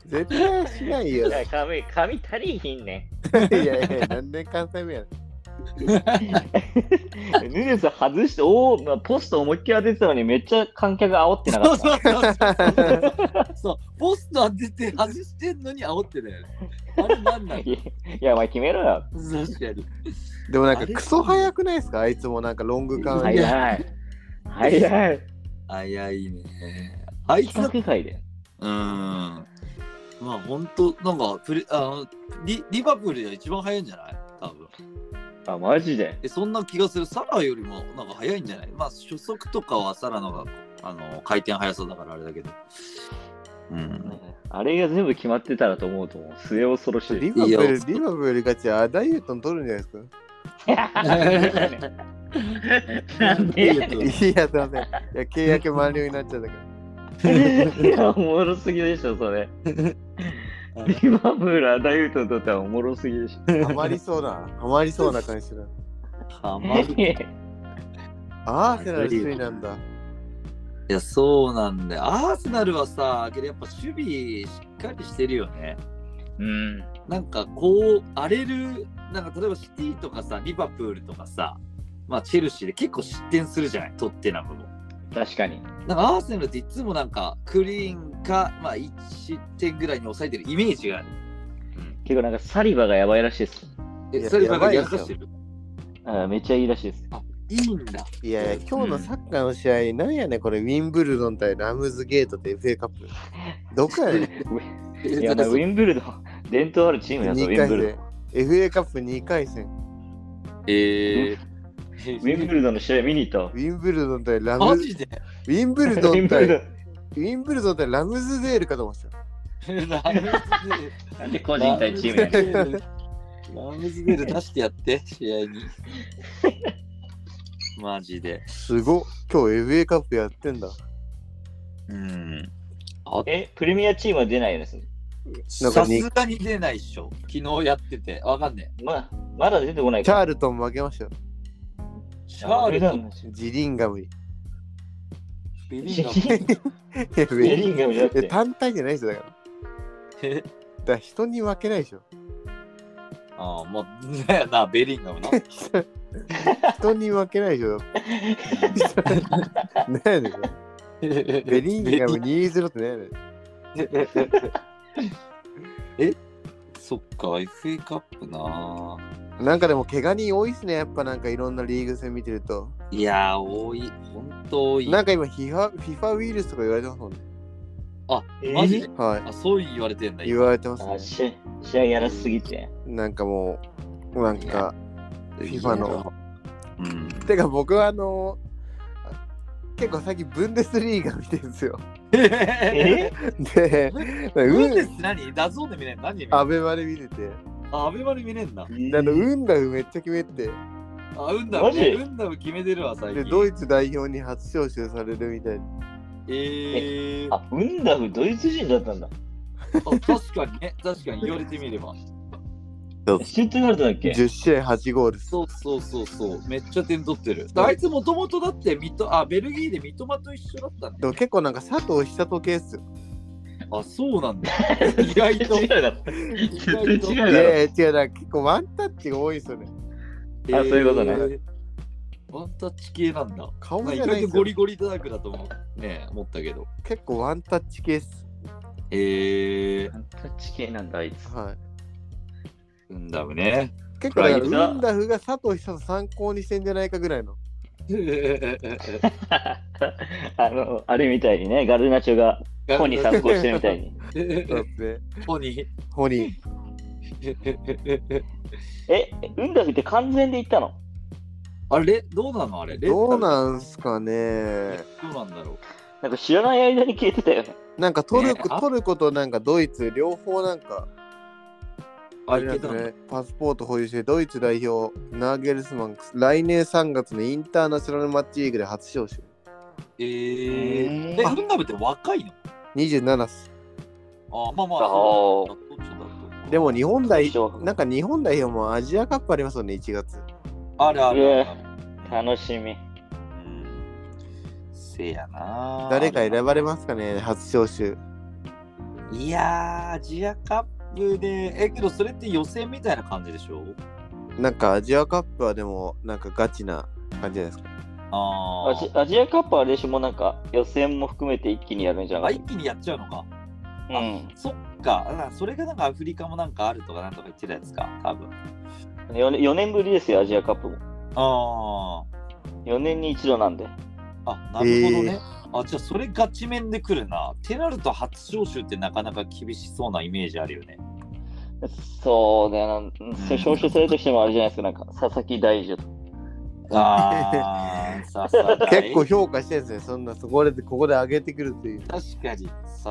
[SPEAKER 3] 絶対しないよ。い
[SPEAKER 4] や髪、髪足りひんね。
[SPEAKER 3] やいやいや、なんで関西弁やね
[SPEAKER 4] ヌネス外して、おお、まあポスト思いっきり当ててたのに、めっちゃ観客煽ってな
[SPEAKER 1] そう
[SPEAKER 4] かっ
[SPEAKER 1] そ
[SPEAKER 4] た。
[SPEAKER 1] うそうう。そう、ポスト当てて外してんのに煽ってたよね。あれなんなん
[SPEAKER 4] いやいや、お前決めろよ。
[SPEAKER 1] 確かに。
[SPEAKER 3] ん。 でもなんかクソ早くないですかあいつもなんかロング
[SPEAKER 1] うん
[SPEAKER 3] 感。
[SPEAKER 1] はい
[SPEAKER 4] 早い。早い。
[SPEAKER 1] 早いね。あいつだ
[SPEAKER 4] 企画外で。
[SPEAKER 1] うーん。まあ本当なんかプレあのリリバプールでは一番早いんじゃない多分
[SPEAKER 4] あ、マジで。
[SPEAKER 1] えそんな気がするサラよりもなんか早いんじゃないまあ初速とかはサラの方があの回転速そうだからあれだけどうん
[SPEAKER 4] あれが全部決まってたらと思うと思う。末恐ろしい。
[SPEAKER 3] リバプール、リバプール勝ち、あ、ダイエットン取るんじゃないですか
[SPEAKER 4] なんでやねん
[SPEAKER 3] いや、すいません。いや、契約満了になっちゃったから。
[SPEAKER 4] いや、おもろすぎでしょ、それ。今村大優斗にとってはおもろすぎでし ょ。
[SPEAKER 3] ハマりそうな、ハマりそうな感じする。
[SPEAKER 1] ハマる。い
[SPEAKER 3] アーセナル首位なんだ。
[SPEAKER 1] や、そうなんだよ。アーセナルはさ、けどやっぱ守備しっかりしてるよね。
[SPEAKER 4] うん。
[SPEAKER 1] なんかこう荒れるなんか例えばシティとかさリバプールとかさ、まあ、チェルシーで結構失点するじゃないトッテナムも。
[SPEAKER 4] 確かに。
[SPEAKER 1] なんかアーセナルっていつもなんかクリーンか、まあ、1失点ぐらいに抑えてるイメージがある。
[SPEAKER 4] 結構なんかサリバがやばいらしいです。
[SPEAKER 3] い
[SPEAKER 1] え、
[SPEAKER 3] や
[SPEAKER 1] そればっかりや
[SPEAKER 3] や
[SPEAKER 1] ら
[SPEAKER 3] ばいですよ
[SPEAKER 1] かしてる。
[SPEAKER 4] あめっちゃいいらしいです。
[SPEAKER 1] いいんだ。
[SPEAKER 3] いやいや、今日のサッカーの試合、なんやねんこれ、ウィンブルドン対ラムズゲートと FA カップ。どこやねん。
[SPEAKER 4] いや、
[SPEAKER 1] えだ
[SPEAKER 4] なん
[SPEAKER 1] っ
[SPEAKER 4] か
[SPEAKER 1] て
[SPEAKER 4] ウィンブルド ン、伝統あるチームやぞ、ウ
[SPEAKER 3] 2
[SPEAKER 4] ィン
[SPEAKER 3] 回
[SPEAKER 4] ブル
[SPEAKER 3] 戦。FA カップ2回戦。
[SPEAKER 1] え
[SPEAKER 4] ドン。ウィンブルドンの試合見に行ったわ
[SPEAKER 3] ウ。ィンブルドン対ラ
[SPEAKER 1] マ
[SPEAKER 3] ムズ。
[SPEAKER 1] ジで
[SPEAKER 3] ウィンブル
[SPEAKER 4] ウ
[SPEAKER 3] ド
[SPEAKER 4] ィン
[SPEAKER 3] ン
[SPEAKER 4] ブル
[SPEAKER 3] 対、
[SPEAKER 4] ド
[SPEAKER 3] ウ
[SPEAKER 4] ン。
[SPEAKER 3] ィンブルドン対ラムズデールかと思ってた。
[SPEAKER 1] ラムズデ
[SPEAKER 4] なんで個
[SPEAKER 1] ル
[SPEAKER 4] 人対チームやね
[SPEAKER 1] ラムズ
[SPEAKER 4] ん。
[SPEAKER 1] デルラムズデル出してやって、試合に。マジで。
[SPEAKER 3] すごっ。今日 FA カップやってんだ。
[SPEAKER 1] うん。あ
[SPEAKER 4] え、プレミアチームは出ないですね。
[SPEAKER 3] なんか
[SPEAKER 1] さ
[SPEAKER 3] に
[SPEAKER 1] すがに出ないっしょ。昨日やってて。わかんね
[SPEAKER 4] ま、まだ出てこない
[SPEAKER 3] チ
[SPEAKER 4] か
[SPEAKER 3] ャ
[SPEAKER 4] ら。
[SPEAKER 3] ールトン負けましたよ。
[SPEAKER 1] え。シャールと
[SPEAKER 3] ジリンガムに。
[SPEAKER 1] ベリ
[SPEAKER 4] ジ
[SPEAKER 1] ー
[SPEAKER 4] リ
[SPEAKER 1] が
[SPEAKER 4] ンベリンガムじゃなく
[SPEAKER 3] え
[SPEAKER 4] て。
[SPEAKER 3] 単体じゃないですよだから。
[SPEAKER 1] え
[SPEAKER 3] だから人に負けないでしょ。
[SPEAKER 1] ああ、まあ、だよな、ベリンガムな。
[SPEAKER 3] 人に負けないで しょ。何やねんこれ。ベ
[SPEAKER 1] ベ
[SPEAKER 3] リンガム2-0って何やねん。
[SPEAKER 1] そっか、FA カップな。
[SPEAKER 3] なんかでも怪我人多いっすね、やっぱなんかいろんなリーグ戦見てると。
[SPEAKER 1] いやー、多い。ほんと多い。
[SPEAKER 3] なんか今 FIFA、FIFA ウイルスとか言われてますもんね。
[SPEAKER 1] あ、
[SPEAKER 4] えー
[SPEAKER 1] マジで
[SPEAKER 3] はい。
[SPEAKER 1] あ、そう言われてんだ、
[SPEAKER 3] 言
[SPEAKER 1] 今。
[SPEAKER 3] われてます
[SPEAKER 4] あ
[SPEAKER 3] ね。
[SPEAKER 4] し試合やらしすぎて。
[SPEAKER 3] なんかもう、なんか、FIFA の。
[SPEAKER 1] うん。
[SPEAKER 3] てか僕はあの結構最近ブンデスリーガ見てるんですよ。
[SPEAKER 1] え
[SPEAKER 4] え
[SPEAKER 3] で、
[SPEAKER 1] ウン
[SPEAKER 3] う
[SPEAKER 1] デ
[SPEAKER 3] ん、
[SPEAKER 1] スって何ダゾーンで見れんの何で見れんの
[SPEAKER 3] アベマで見てて、
[SPEAKER 1] あ、アベマで見れんだ。
[SPEAKER 3] であの運ダウめっちゃ決めて、
[SPEAKER 1] あ、ウンダ
[SPEAKER 4] マ
[SPEAKER 1] ム
[SPEAKER 4] ジ
[SPEAKER 1] ね。ウンダム決めてるわ、最
[SPEAKER 3] で、
[SPEAKER 1] 近。
[SPEAKER 3] ドイツ代表に初招集されるみたいな。
[SPEAKER 1] えー、あ
[SPEAKER 4] あ、ウンダフドイツ人だったんだ。
[SPEAKER 1] 確かにね、確かに言われてみれば。
[SPEAKER 4] シュットガルトだっけ
[SPEAKER 3] 10試合8ゴールっす。
[SPEAKER 1] そうそうそうそう、めっちゃ点取ってる。あいつもともとだってミト、あ、ベルギーで三笘と一緒だったん
[SPEAKER 3] で
[SPEAKER 1] だよ。
[SPEAKER 3] も結構なんか佐藤久時系っすよ。
[SPEAKER 1] あ、そうなん だ。意外と。
[SPEAKER 4] 違うだろ。絶対違
[SPEAKER 3] いう
[SPEAKER 4] だろ。
[SPEAKER 3] やいや違う、なんか結構ワンタッチが多いっすよね。
[SPEAKER 1] えー
[SPEAKER 4] そういうことね。
[SPEAKER 1] ワンタッチ系なんだ。
[SPEAKER 3] 顔
[SPEAKER 1] まあ
[SPEAKER 3] じ
[SPEAKER 1] 意
[SPEAKER 3] ゃない
[SPEAKER 1] 外と
[SPEAKER 3] っす
[SPEAKER 1] ゴ
[SPEAKER 3] よ。
[SPEAKER 1] リゴリダークだと思う。ね思ったけど。
[SPEAKER 3] 結構ワンタッチ系っす。
[SPEAKER 1] えー、
[SPEAKER 4] タッチ系なんだ、あいつ。
[SPEAKER 3] はい。
[SPEAKER 1] ウンダム ね。
[SPEAKER 3] 結
[SPEAKER 4] プ
[SPEAKER 3] 構だ
[SPEAKER 4] ライ
[SPEAKER 3] か
[SPEAKER 4] ドだ
[SPEAKER 3] ら、ウンダフが佐藤久を参考にしてんじゃないかぐらいの。
[SPEAKER 4] あの、 あれみたいにね、ガルナチョがコに参考してるみた いに。
[SPEAKER 3] だって、
[SPEAKER 1] ポニ
[SPEAKER 3] ホニー。
[SPEAKER 1] ー。
[SPEAKER 4] え、ウンダフって完全で行ったの
[SPEAKER 1] あれどうなのあれレンタル
[SPEAKER 3] どうなんすかね
[SPEAKER 1] どうなんだろう
[SPEAKER 4] なんか知らない間に消えてたよね。
[SPEAKER 3] なんかトルコ、
[SPEAKER 1] ねあ
[SPEAKER 3] トルコとなんかドイツ両方なんか
[SPEAKER 1] あ
[SPEAKER 3] あ
[SPEAKER 1] れ
[SPEAKER 3] れなん
[SPEAKER 1] け
[SPEAKER 3] です
[SPEAKER 1] ど、
[SPEAKER 3] ねパスポート保有してドイツ代表ナーゲルスマン来年3月のインターナショナルマッチリーグで初招集
[SPEAKER 1] えー、
[SPEAKER 4] え
[SPEAKER 1] え、
[SPEAKER 4] ー
[SPEAKER 1] ウンダムって若いの
[SPEAKER 3] 27っす
[SPEAKER 1] あまあまあ、
[SPEAKER 4] あ
[SPEAKER 1] そ
[SPEAKER 4] ー
[SPEAKER 1] うだそうだそうだ
[SPEAKER 3] でも日本代
[SPEAKER 4] そうでしょ
[SPEAKER 3] なんか日本代表もアジアカップありますよね1月
[SPEAKER 1] あるあるあるある。
[SPEAKER 4] 楽しみ。
[SPEAKER 1] うんせやな。
[SPEAKER 3] 誰か選ばれますかね初招集
[SPEAKER 1] いやー、アジアカップで、え、けどそれって予選みたいな感じでしょ
[SPEAKER 3] なんかアジアカップはでもなんかガチな感じじゃないですか
[SPEAKER 1] あ
[SPEAKER 4] ア
[SPEAKER 1] ー
[SPEAKER 4] ジアジアカップはあれでしょ、もうなんか予選も含めて一気にやるんじゃな
[SPEAKER 1] あ、
[SPEAKER 4] い
[SPEAKER 1] 一気にやっちゃうのか。
[SPEAKER 4] うん。
[SPEAKER 1] そっか、あそれがなんかアフリカもなんかあるとかなんとか言ってたやつか、多分。
[SPEAKER 4] 4, 年4年ぶりですよ、アジアカップも。
[SPEAKER 1] あ
[SPEAKER 4] 4年に一度なんで。
[SPEAKER 1] あ、あ、なるほどね。あ、じゃあそれガチ面で来るな。ってなると初招集ってなかなか厳しそうなイメージあるよ ね。
[SPEAKER 4] そうだよな、うん
[SPEAKER 1] うん
[SPEAKER 4] 招集されるとしてもあれじゃないですか、なんか佐々木大樹とか。
[SPEAKER 1] あー、さすが
[SPEAKER 3] 結構評価してるんですねそんなそこでここで上げてくるっていう
[SPEAKER 1] 確かに。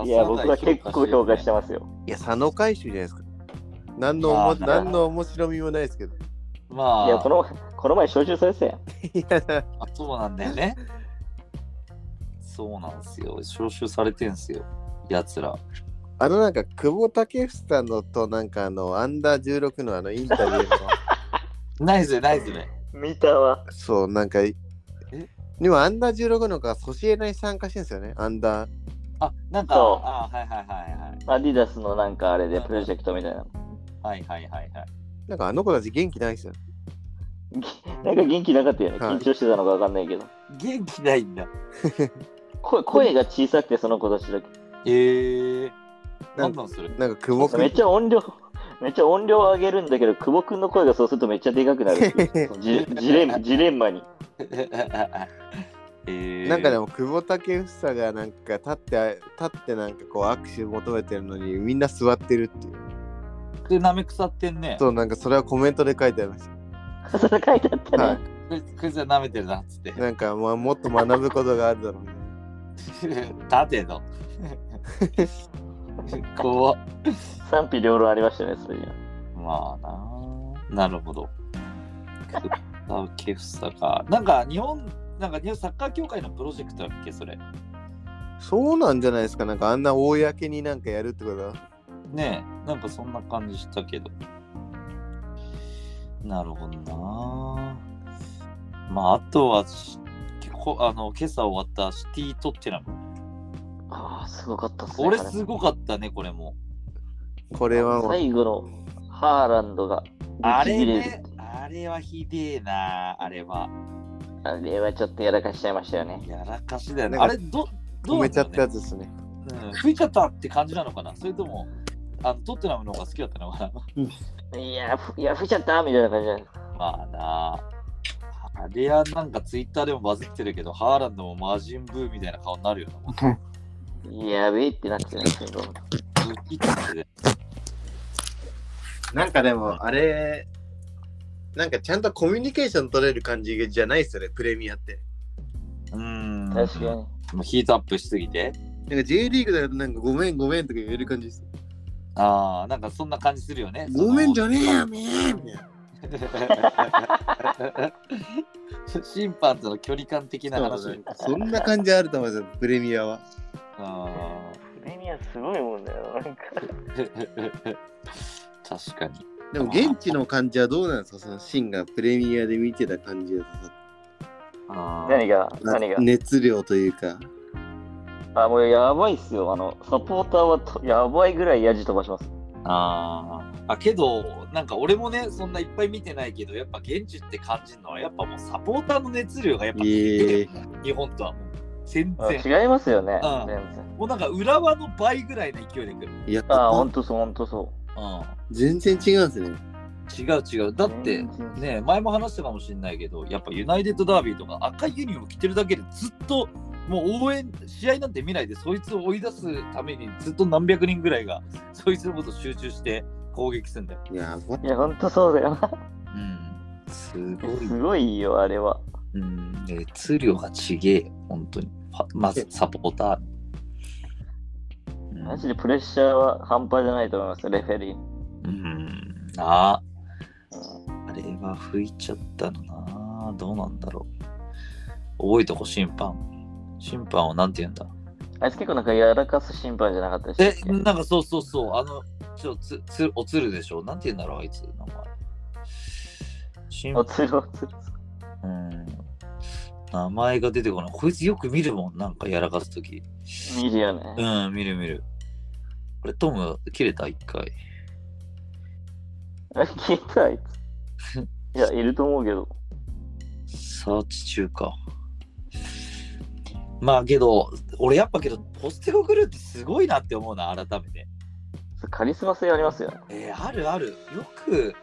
[SPEAKER 4] いや、僕は結構評価して
[SPEAKER 1] ま
[SPEAKER 4] ますよ。
[SPEAKER 3] いや佐野回収じゃないですか何のおも
[SPEAKER 1] あー
[SPEAKER 3] 何の面白みもないですけど
[SPEAKER 1] す。まあ、
[SPEAKER 4] いや、このこの前招集されてたやん。
[SPEAKER 3] いや
[SPEAKER 1] あそうなんだよね。そうなんですよ。招集されてんすよ。やつら。
[SPEAKER 3] あのなんか、久保建英さんのとなんかあの、アンダー16のあのインタビュー の、
[SPEAKER 1] ないですね、ないですね。
[SPEAKER 4] 見たわ。
[SPEAKER 3] そう、なんか、でもアンダー16の子がソシエナに参加してるんですよね、アンダー。
[SPEAKER 1] あ、なんか、
[SPEAKER 4] そう
[SPEAKER 1] あはいはいはい
[SPEAKER 4] アディダスのなんかあれでプロジェクトみたいな。
[SPEAKER 1] はい。はいはいはいはい。
[SPEAKER 3] なんかあの子たち元気ないですよ。
[SPEAKER 4] なんか元気なかったよね。
[SPEAKER 3] はい
[SPEAKER 4] 緊張してたのかわかんないけど。
[SPEAKER 1] 元気ないんだ。
[SPEAKER 4] 声声が小さくてその子たちだけ。
[SPEAKER 1] えー。な
[SPEAKER 3] な
[SPEAKER 1] んんなんする
[SPEAKER 3] なんか久保
[SPEAKER 4] め
[SPEAKER 3] 君
[SPEAKER 4] っちゃ音量、めっちゃ音量上げるんだけど、久保君の声がそうするとめっちゃでかくなるっていうそのジジレン。ジレンマに。
[SPEAKER 1] えー、
[SPEAKER 3] なんかでも久保建英がなんか立って立ってなんかこう握手求めてるのにみんな座ってるっていう。
[SPEAKER 1] でなめくさってんね。
[SPEAKER 3] そうなんかそれはコメントで書いてありまし
[SPEAKER 4] それ書いてあった
[SPEAKER 3] た。
[SPEAKER 4] ね。
[SPEAKER 3] は
[SPEAKER 1] こいつこいつはなめてるなっつって
[SPEAKER 3] い。。なんかまあもっと学ぶことがあるだろうね。
[SPEAKER 1] 立て の。怖っ
[SPEAKER 4] 賛否両論ありましたね、それには。
[SPEAKER 1] まあな。なるほど。あケフサか。なんか日本、なんか日本サッカー協会のプロジェクトだっけ、それ。
[SPEAKER 3] そうなんじゃないですか。なんかあんな公になんかやるってことは。
[SPEAKER 1] ねえ、なんかそんな感じしたけど。なるほどな。まあ、あとはし、結構、あの、今朝終わったシティ・トッテナム。
[SPEAKER 4] ああ、すごかったっすね。
[SPEAKER 1] これ
[SPEAKER 4] あれ
[SPEAKER 1] すごかったね、これも。
[SPEAKER 3] これはもう
[SPEAKER 4] 最後のハーランドが。
[SPEAKER 1] あれ
[SPEAKER 4] ブチギレる
[SPEAKER 1] ね、あれはひでえな、あれは。
[SPEAKER 4] あれはちょっとやらかしちゃいましたよね。
[SPEAKER 1] やらかしだよね。
[SPEAKER 3] な
[SPEAKER 1] あ
[SPEAKER 3] んか
[SPEAKER 1] れ、ど、どう
[SPEAKER 3] 止
[SPEAKER 1] な
[SPEAKER 3] め
[SPEAKER 1] ん
[SPEAKER 3] ちゃ
[SPEAKER 1] だろ
[SPEAKER 3] っ
[SPEAKER 1] う
[SPEAKER 3] たや
[SPEAKER 1] ね
[SPEAKER 3] つですね。
[SPEAKER 1] うん吹いちゃったって感じなのかなそれとも、あのトッテナムの方が好きだったのかな
[SPEAKER 4] いや、ふいや、吹いちゃったみたいな感じじゃない
[SPEAKER 1] まあなあれはなんかツイッターでもバズってるけど、ハーランドも魔人ブーみたいな顔になるよな。
[SPEAKER 4] やべえってなってないけど。
[SPEAKER 1] ドキッて
[SPEAKER 3] なんかでもあれなんかちゃんとコミュニケーション取れる感じじゃないですよね。プレミアって。
[SPEAKER 1] うーん。
[SPEAKER 4] 確かに。
[SPEAKER 1] もうヒートアップしすぎて。
[SPEAKER 3] なんか J リーグだとなんかごめんごめんとか言える感じです。
[SPEAKER 1] ああ、なんかそんな感じするよね。
[SPEAKER 3] ごめんじ
[SPEAKER 1] ゃ。
[SPEAKER 3] ゃねえよ、めえみたいな。
[SPEAKER 1] 審判との距離感的な話。
[SPEAKER 3] そうだねそんな感じあると思うんですよ、プレミアは。
[SPEAKER 1] あ
[SPEAKER 4] プレミアすごいもんだよ。なんか。
[SPEAKER 1] ー確かに。
[SPEAKER 3] でも現地の感じはどうなんですかそのシンがプレミアで見てた感じだとさ
[SPEAKER 1] あー
[SPEAKER 4] 何が何が
[SPEAKER 3] 熱量というか。
[SPEAKER 4] あ、もうやばいっすよ。あの、サポーターはとやばいぐらいヤジ飛ばします。
[SPEAKER 1] あーあけどなんか俺もねそんないっぱい見てないけどやっぱ現地って感じるのはやっぱもうサポーターの熱量がやっぱ
[SPEAKER 3] ええ
[SPEAKER 1] 日本とはもう全
[SPEAKER 4] あ
[SPEAKER 1] 然
[SPEAKER 4] 違いますよね。
[SPEAKER 1] うん
[SPEAKER 4] 全然。
[SPEAKER 1] もうなんか浦和の倍ぐらいの勢いで来る、
[SPEAKER 3] いや、
[SPEAKER 4] ああ、ほんとそう、ほんとそ
[SPEAKER 1] うん、
[SPEAKER 3] 全然違うんですね。
[SPEAKER 1] 違う違うだ
[SPEAKER 4] う。
[SPEAKER 1] って
[SPEAKER 4] 全然
[SPEAKER 1] ね前も話したかもしれないけどやっぱユナイテッドダービーとか赤いユニフォーム着てるだけでずっともう応援試合なんて見ないでそいつを追い出すためにずっと何百人ぐらいがそいつのこと集中して攻撃するんだよ、
[SPEAKER 3] やば
[SPEAKER 4] いや、ほんとそうだよな。
[SPEAKER 1] うん、すごい
[SPEAKER 4] すごいよ、あれは。
[SPEAKER 1] うん、熱量がちげえ、本当に。パまずサポータ
[SPEAKER 4] マ
[SPEAKER 1] ー。
[SPEAKER 4] ジでプレッシャーは半端じゃないと思います、レフェリー。
[SPEAKER 1] うん、うんなあ、あれは拭いちゃったのな。どうなんだろう。覚えとこ、審判。審判はなんて言うんだ
[SPEAKER 4] あいつ結構なんかやらかす審判じゃなかったで
[SPEAKER 1] え
[SPEAKER 4] し、たっ
[SPEAKER 1] なんかそうそうそう、あの、ちょつつおつるでしょ。なんて言うんだろう、あいつ。なんか審
[SPEAKER 4] けおつるおつる。
[SPEAKER 1] うん、名前が出てこない。こいつよく見るもん、なんかやらかすとき。
[SPEAKER 4] 見るよね。
[SPEAKER 1] うん、見る見る。これ、トム、切れた、一回。
[SPEAKER 4] 消えたあいつ。いや、いると思うけど。
[SPEAKER 1] サーチ中か。まあけど、俺やっぱけど、ポステゴグループすごいなって思うな、改めて。
[SPEAKER 4] カリスマ性ありますよね。
[SPEAKER 1] えーあるある。よく、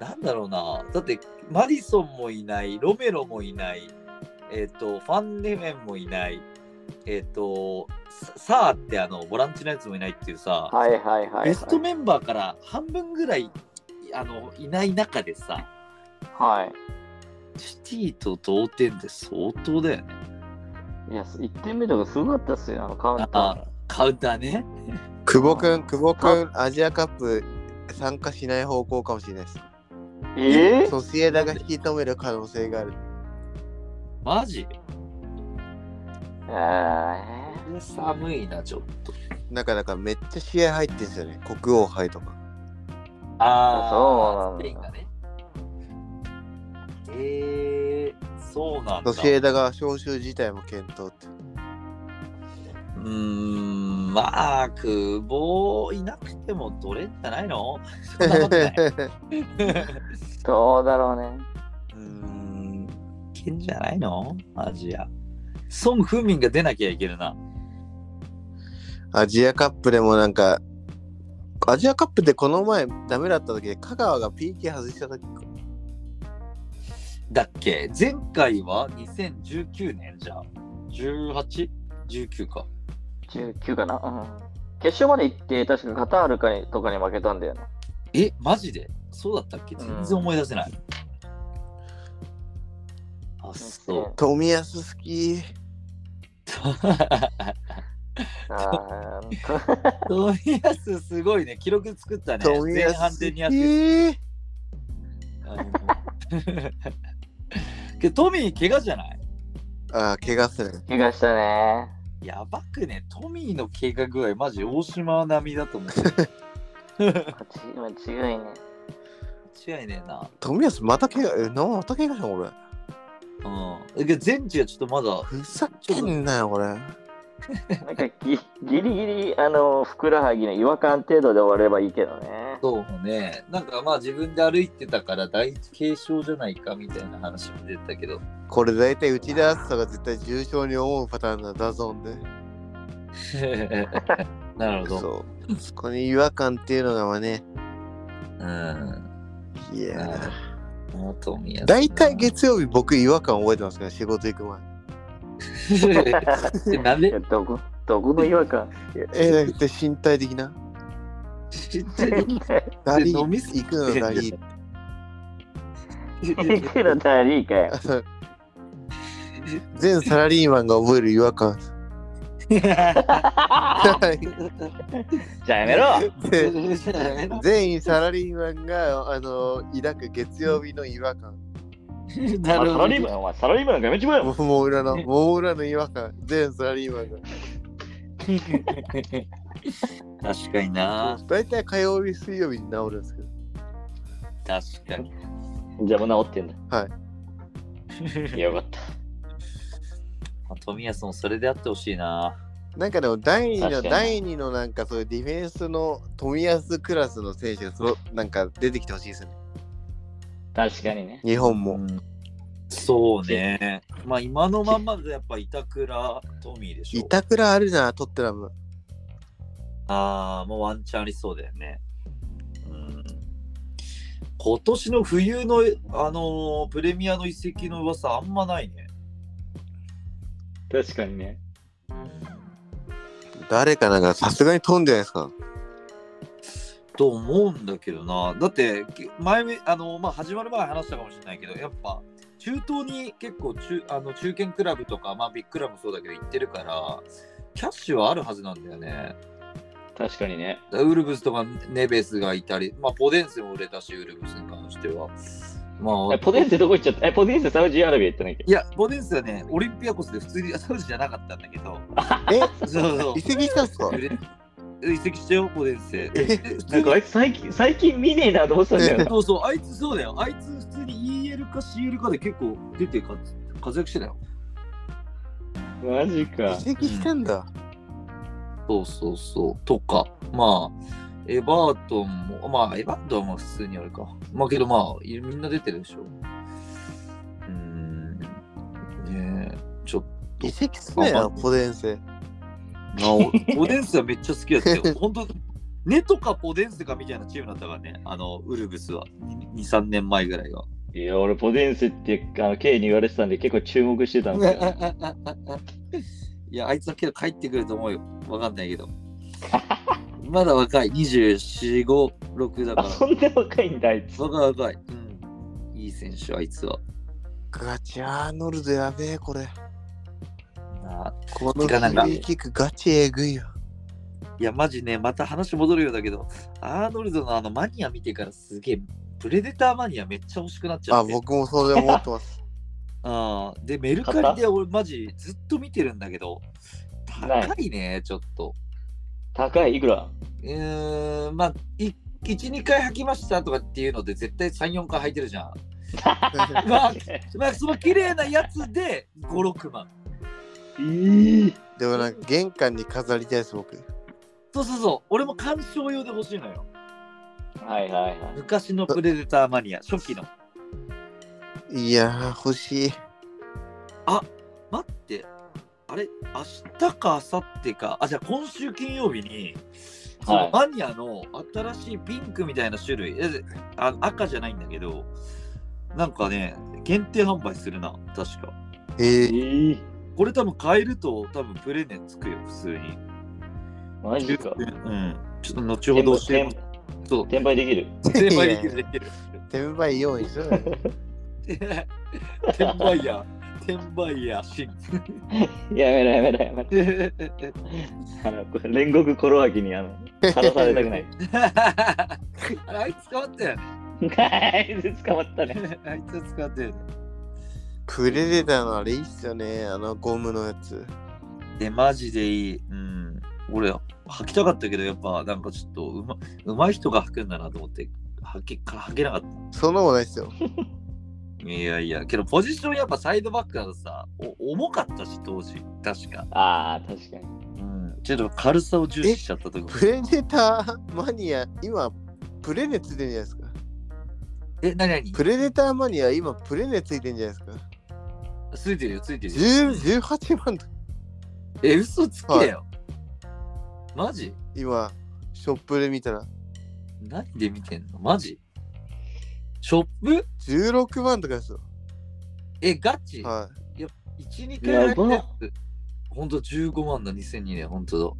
[SPEAKER 1] なんだろうな。だって、マディソンもいない、ロメロもいない、えっ、と、ファンデメンもいない、えっ、と、ササーってあの、ボランチのやつもいないっていうさ、
[SPEAKER 4] はいはいはい、はい。
[SPEAKER 1] ベストメンバーから半分ぐらい、あの、いない中でさ、
[SPEAKER 4] は
[SPEAKER 1] シティと同点って相当だよね。
[SPEAKER 4] い。いや、1点目とかすごかったっすよ、あのカウンタ
[SPEAKER 1] あ
[SPEAKER 4] ー。
[SPEAKER 1] カウンターね。
[SPEAKER 3] 久保くん、久保くん、アジアカップ参加しない方向かもしれないです。
[SPEAKER 4] えー、
[SPEAKER 3] ソシエダが引き止める可能性がある。
[SPEAKER 1] マジ
[SPEAKER 4] えー
[SPEAKER 1] 寒いな、ちょっと。
[SPEAKER 3] なんか、なんかめっちゃ試合入ってんすよね。国王杯とか。
[SPEAKER 1] ああ、
[SPEAKER 4] そうなんだ
[SPEAKER 1] スペインがね。えー、そうなんだ。
[SPEAKER 3] ソシエダが招集自体も検討って。
[SPEAKER 1] うーん、まあ、久保いなくても取れんじゃない のそんなことない。
[SPEAKER 4] どうだろうね。
[SPEAKER 1] うーん、いけんじゃないのアジア。ソン・フンミンが出なきゃいけるな。
[SPEAKER 3] アジアカップでもなんか、アジアカップでこの前ダメだった時で香川が PK 外した時
[SPEAKER 1] だっけ前回は2019年じゃん。18?19 か。
[SPEAKER 5] 19かな、うん、決勝まで行って、確かカタールかにとかに負けたんだよな。
[SPEAKER 1] え、マジでそうだったっけ全然思い出せない。あ、そう。
[SPEAKER 3] 富安好き。
[SPEAKER 5] あー
[SPEAKER 1] 冨安すごいね。記録作ったね。
[SPEAKER 3] 富
[SPEAKER 1] 前
[SPEAKER 3] 安
[SPEAKER 1] 半で
[SPEAKER 3] 好
[SPEAKER 1] 200
[SPEAKER 3] き。
[SPEAKER 1] あの けどトミー怪我じゃない
[SPEAKER 3] あー、怪我する。
[SPEAKER 5] 怪我したね。
[SPEAKER 1] やばくねトミーの怪我具合マジ大島並みだと思
[SPEAKER 5] こっち今強いね。
[SPEAKER 1] う間違いねえな
[SPEAKER 3] 富安また怪我、え、なまた怪我したの俺。
[SPEAKER 1] うんけど全治はちょっとまだ
[SPEAKER 3] ふざけんなよ、これ。
[SPEAKER 5] なんかぎギリギリ、あの、ふくらはぎの違和感程度で終わればいいけどね。
[SPEAKER 1] そうねなんかまあ自分で歩いてたから第一軽症じゃないかみたいな話も出てたけど
[SPEAKER 3] これ大体内田篤人が絶対重症に思うパターンなんだぞんで。
[SPEAKER 1] なるほど
[SPEAKER 3] そう。そこに違和感っていうのがまあね。
[SPEAKER 1] うん
[SPEAKER 3] いや
[SPEAKER 1] もうトミー
[SPEAKER 3] ー。
[SPEAKER 1] や
[SPEAKER 3] 大体月曜日僕違和感覚えてますから、仕事行く前。
[SPEAKER 1] え なん
[SPEAKER 5] い
[SPEAKER 1] で
[SPEAKER 5] やどこ、どこの違和 感
[SPEAKER 3] えー、だって身体的な。ダリ
[SPEAKER 1] 飲みすぎ
[SPEAKER 3] 行
[SPEAKER 1] て
[SPEAKER 3] くの ダリ
[SPEAKER 5] いくらだりーかよ。
[SPEAKER 3] 全サラリーマンが覚える違和感。
[SPEAKER 4] じゃあやめろ
[SPEAKER 3] で 全員サラリーマンがあの抱く月曜日の違和感。
[SPEAKER 1] なる
[SPEAKER 4] お
[SPEAKER 1] ほど
[SPEAKER 4] 前サラリーマン、お前サラリーマンなんかやめちまえよ。
[SPEAKER 3] もも裏の、も裏の違和感。全サラリーマンが。
[SPEAKER 1] 確かにな
[SPEAKER 3] 大体火曜日、水曜日に治るんですけど。
[SPEAKER 1] 確かに
[SPEAKER 4] じゃあもう治ってんだ。。
[SPEAKER 3] はい
[SPEAKER 4] よかった。
[SPEAKER 1] まあ富安もそれであってほしいな
[SPEAKER 3] なんかでも第2の
[SPEAKER 4] 確かに
[SPEAKER 3] 第2のなんかそういうディフェンスの富安クラスの選手がそろなんか出てきてほしいですよね。
[SPEAKER 4] 確かにね。
[SPEAKER 3] 日本も。
[SPEAKER 1] うんそうねまあ今のまんまでやっぱ板倉トミーでしょ
[SPEAKER 3] 板倉あるな、トッテナム。
[SPEAKER 1] ああもうワンチャンありそうだよねうん今年の冬のあのープレミアの移籍の噂あんまないね
[SPEAKER 4] 確かにね。
[SPEAKER 3] 誰かなんかさすがに飛んじゃないですか。
[SPEAKER 1] と思うんだけどな。だって、け前め、あの、まあ、始まる前に話したかもしれないけど、やっぱ、中東に結構中、あの、中堅クラブとか、まあ、ビッグクラブもそうだけど、行ってるから、キャッシュはあるはずなんだよね。
[SPEAKER 4] 確かにね。
[SPEAKER 1] ウルブスとかネベスがいたり、まあ、ポデンセも売れたし、ウルブスに関しては。ま
[SPEAKER 4] え
[SPEAKER 1] あ、
[SPEAKER 4] ポデンセどこ行っちゃったえ、ポデンセサウジアラビア行ったんだっけ
[SPEAKER 1] いや、ポデンセはね、オリンピアコスで普通にサウジじゃなかったんだけど、
[SPEAKER 3] え
[SPEAKER 1] そうそう
[SPEAKER 3] 移。籍したんですか
[SPEAKER 1] 売れ移籍したよ、ポデンセ。
[SPEAKER 3] え
[SPEAKER 1] 普通
[SPEAKER 4] なん
[SPEAKER 1] に
[SPEAKER 4] かあいつ最近、最近見ねえなと思ってたんだよな。
[SPEAKER 1] そうそう、あいつそうだよ。あいつ普通に EL か CL かで結構出て活活躍してたよ。
[SPEAKER 4] マジか
[SPEAKER 3] 移。籍したんだ。
[SPEAKER 1] そうそうそう。とか、まあ、エバートンも、まあ、エバートンは普通にあれか。まあけどまあ、いみんな出てるでしょ。うーん。ねえ、ちょっ
[SPEAKER 3] 移籍すな
[SPEAKER 1] あ
[SPEAKER 3] よ、ポデンセ。
[SPEAKER 1] と、 なおポデンスはめっちゃ好きだったよ。本当ネとかポデンスかみたいなチームだったからね、あの、ウルブスは。2、3年前ぐらいは。
[SPEAKER 4] いや、俺、ポデンセって、あの、K に言われてたんで、結構注目してたんですよ。
[SPEAKER 1] いや、あいつだけど帰ってくると思うよ。わかんないけど。まだ若い。24、5、6だか
[SPEAKER 4] あ、
[SPEAKER 1] ら。
[SPEAKER 4] そんな若いんだ、あいつ。
[SPEAKER 1] 若い若い。うん。いい選手、あいつは。
[SPEAKER 3] ガチアーノルドやべえ、これ。
[SPEAKER 1] あ
[SPEAKER 3] この
[SPEAKER 1] て
[SPEAKER 3] フ
[SPEAKER 1] かなんか
[SPEAKER 3] リーキックガチえぐいよ。
[SPEAKER 1] いや、マジね、また話戻るようだけど、アーノルドのあのマニア見てからすげえ、プレデターマニアめっちゃ欲しくなっちゃ
[SPEAKER 3] あ、
[SPEAKER 1] って。
[SPEAKER 3] 僕もそれ思ってます。
[SPEAKER 1] あで、メルカリで俺マジずっと見てるんだけど、
[SPEAKER 4] ない
[SPEAKER 1] 高いね、ちょっと。
[SPEAKER 4] 高い、いくら
[SPEAKER 1] うーん、まあ、い1、2回履きましたとかっていうので、絶対3、4回履いてるじ ゃん。まあ、まあ、その綺麗なやつで5、6万。
[SPEAKER 3] でもなんか玄関に飾りたいです僕。
[SPEAKER 1] そうそうそう、俺も鑑賞用で欲しいのよ。
[SPEAKER 5] はいはいはい。
[SPEAKER 1] 昔のプレデターマニア、初期の。
[SPEAKER 3] いやー欲しい。
[SPEAKER 1] 待って、あれ、明日か明後日か、あ、じゃあ今週金曜日に、そ
[SPEAKER 5] は
[SPEAKER 1] の
[SPEAKER 5] い
[SPEAKER 1] マニアの新しいピンクみたいな種類、えあ赤じゃないんだけど、なんかね、限定販売するな、確か。
[SPEAKER 3] えー、
[SPEAKER 5] え
[SPEAKER 1] これ多分買えると多分プレネつくよ、普通に。
[SPEAKER 5] マジか。
[SPEAKER 1] うん。ちょっと後ほど教え
[SPEAKER 5] 転
[SPEAKER 1] そう、
[SPEAKER 5] 転売できる。
[SPEAKER 1] 転売できる、できる。
[SPEAKER 3] 転売用意しろよ。
[SPEAKER 1] 転売屋、転売屋、新。
[SPEAKER 5] やめろやめろやめろ。あのこれ煉獄コロワキにあの、さらされたく ない。
[SPEAKER 1] あいつ変わったよね。
[SPEAKER 5] はい、捕まったね。
[SPEAKER 1] あいつ使ってる。
[SPEAKER 3] プレデターのあれいいっすよね。あのゴムのやつ。
[SPEAKER 1] で、マジでいい。うん。俺、履きたかったけど、やっぱ、なんかちょっとうま、うまい人が履くんだなと思って、履け、か履けなかっ
[SPEAKER 3] そんなもんないっすよ。
[SPEAKER 1] た。いやいや、けど、ポジションやっぱサイドバックだとさ、お重かったし、当時。確か。
[SPEAKER 5] ああ、確かに。
[SPEAKER 1] うん。ちょっと軽さを重視しちゃったとこ。
[SPEAKER 3] プレデターマニア、今、プレネついてるんじゃないですか。
[SPEAKER 1] え、なになに
[SPEAKER 3] プレデターマニア、今、プレネついてるんじゃないですか。
[SPEAKER 1] ついてるよ、ついてるよ。
[SPEAKER 3] 10 18万とか
[SPEAKER 1] え、嘘つけよ。マジ
[SPEAKER 3] 今、ショップで見たら、
[SPEAKER 1] 何で見てんのマジショップ
[SPEAKER 3] 16万とかですよ。
[SPEAKER 1] え、ガチ、
[SPEAKER 3] は
[SPEAKER 1] 一二
[SPEAKER 5] や
[SPEAKER 1] 回
[SPEAKER 5] ば
[SPEAKER 1] 入ってるほんと15万だ、2002年、ほんと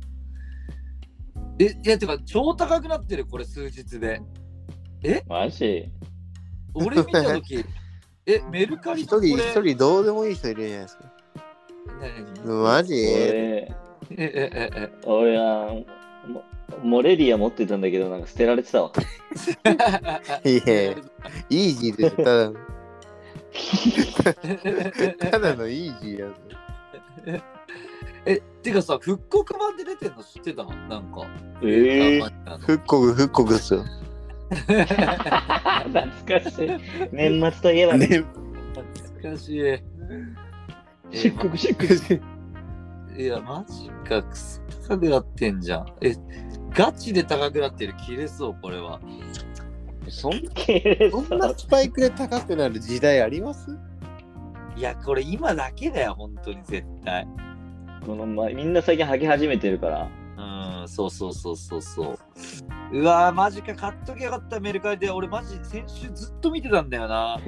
[SPEAKER 1] だ。え、いや、てか、超高くなってる、これ、数日で。
[SPEAKER 5] マジ
[SPEAKER 1] 俺見たと き、え、メルカ
[SPEAKER 3] い。
[SPEAKER 1] リ
[SPEAKER 3] 一
[SPEAKER 1] と
[SPEAKER 3] 人
[SPEAKER 1] これ
[SPEAKER 3] 一人どうでもいい人いるじゃないですか。
[SPEAKER 1] 何何
[SPEAKER 3] マジ
[SPEAKER 5] 俺、
[SPEAKER 1] え、え、え、え、
[SPEAKER 5] 俺は、モモレリア持ってたんだけど、なんか捨てられてたわ。
[SPEAKER 3] いやいやイージーですよ。ただの、ただのイージーやつ。
[SPEAKER 1] え、てかさ、復刻版で出てんの知ってたなんか。
[SPEAKER 5] ええ
[SPEAKER 1] あの
[SPEAKER 3] 復刻、復刻ですよ。
[SPEAKER 5] 懐かしい。年末といえばね。
[SPEAKER 3] ね、
[SPEAKER 1] 懐かしい。え
[SPEAKER 5] 出国出国。
[SPEAKER 1] いや、マジか、くそ高くなってんじゃん。え、ガチで高くなってる、切れそう、これは。
[SPEAKER 3] そんそんな
[SPEAKER 5] な
[SPEAKER 3] スパイクで高くなる時代あり ます
[SPEAKER 1] いや、これ今だけだよ、本当に絶対。
[SPEAKER 5] この前みんな最近履き始めてるから。
[SPEAKER 1] うん、そうそうそうそうそう。うわー、マジか、買っときゃよかった、メルカリで。俺、マジ、先週ずっと見てたんだよな。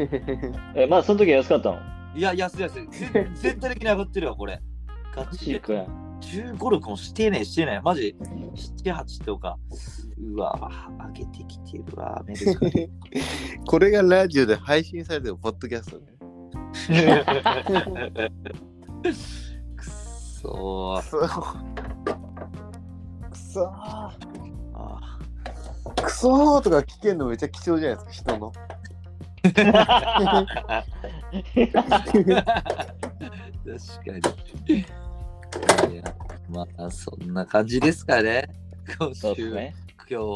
[SPEAKER 5] え、まあその時は安かったの。
[SPEAKER 1] いや、安い安い。全全体的に上がってるわ、これ。ガ
[SPEAKER 5] マ
[SPEAKER 1] チ
[SPEAKER 5] ジ
[SPEAKER 1] で。
[SPEAKER 5] かよ。
[SPEAKER 1] 15、6もしてねえ、してねえ。マジ、7、8とか。うわー、上げてきてるわ、メルカリ。
[SPEAKER 3] これがラジオで配信されてるポッドキャストね。
[SPEAKER 1] くそー
[SPEAKER 3] くそくそ
[SPEAKER 1] あ
[SPEAKER 3] ーくそーとか聞けるのめっちゃ貴重じゃないですか、人の。
[SPEAKER 1] 確かにいやまあそんな感じですかね今週
[SPEAKER 5] そうですね。
[SPEAKER 1] 今日は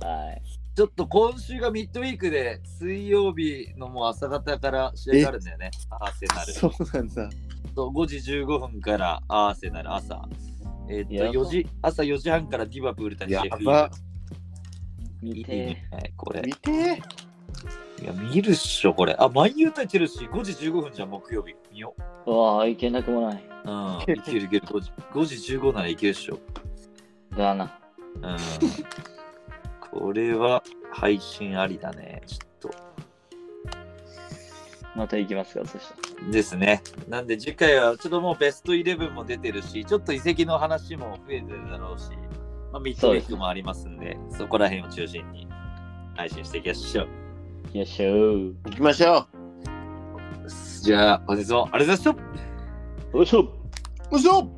[SPEAKER 5] はい。
[SPEAKER 1] ちょっと今週がミッドウィークで水曜日のもう朝方から試合があるんだよねアーセナル
[SPEAKER 3] そうなんだ。
[SPEAKER 1] そう5時15分からアーセナル朝えっと
[SPEAKER 5] やば
[SPEAKER 1] 4時朝4時半からディバプール対シェフィールド
[SPEAKER 3] やば
[SPEAKER 1] い
[SPEAKER 5] 見
[SPEAKER 1] いね
[SPEAKER 5] て。
[SPEAKER 1] これ
[SPEAKER 3] 見てー
[SPEAKER 1] いや、見るっしょ、これ。あ、万有対チェルシー、5時15分じゃん、木曜日。見よう。
[SPEAKER 5] うわあ、いけなくもない。
[SPEAKER 1] うん、いけるいける。5時 ,5 時15ならいけるっしょ。
[SPEAKER 5] だな。
[SPEAKER 1] うん。これは配信ありだね、ちょっ
[SPEAKER 5] また行きますか、そした
[SPEAKER 1] と。ですね。なんで次回は、ちょっともうベストイレブンも出てるし、ちょっと移籍の話も増えてるだろうし、まあ、ミッドウィークもありますんで、そこら辺を中心に配信していきましょう。
[SPEAKER 5] ら。よいしょ
[SPEAKER 3] 行きましょ
[SPEAKER 1] じゃあ、本日もありがとうございました。
[SPEAKER 5] ー。よいしょ
[SPEAKER 3] う。よいしょ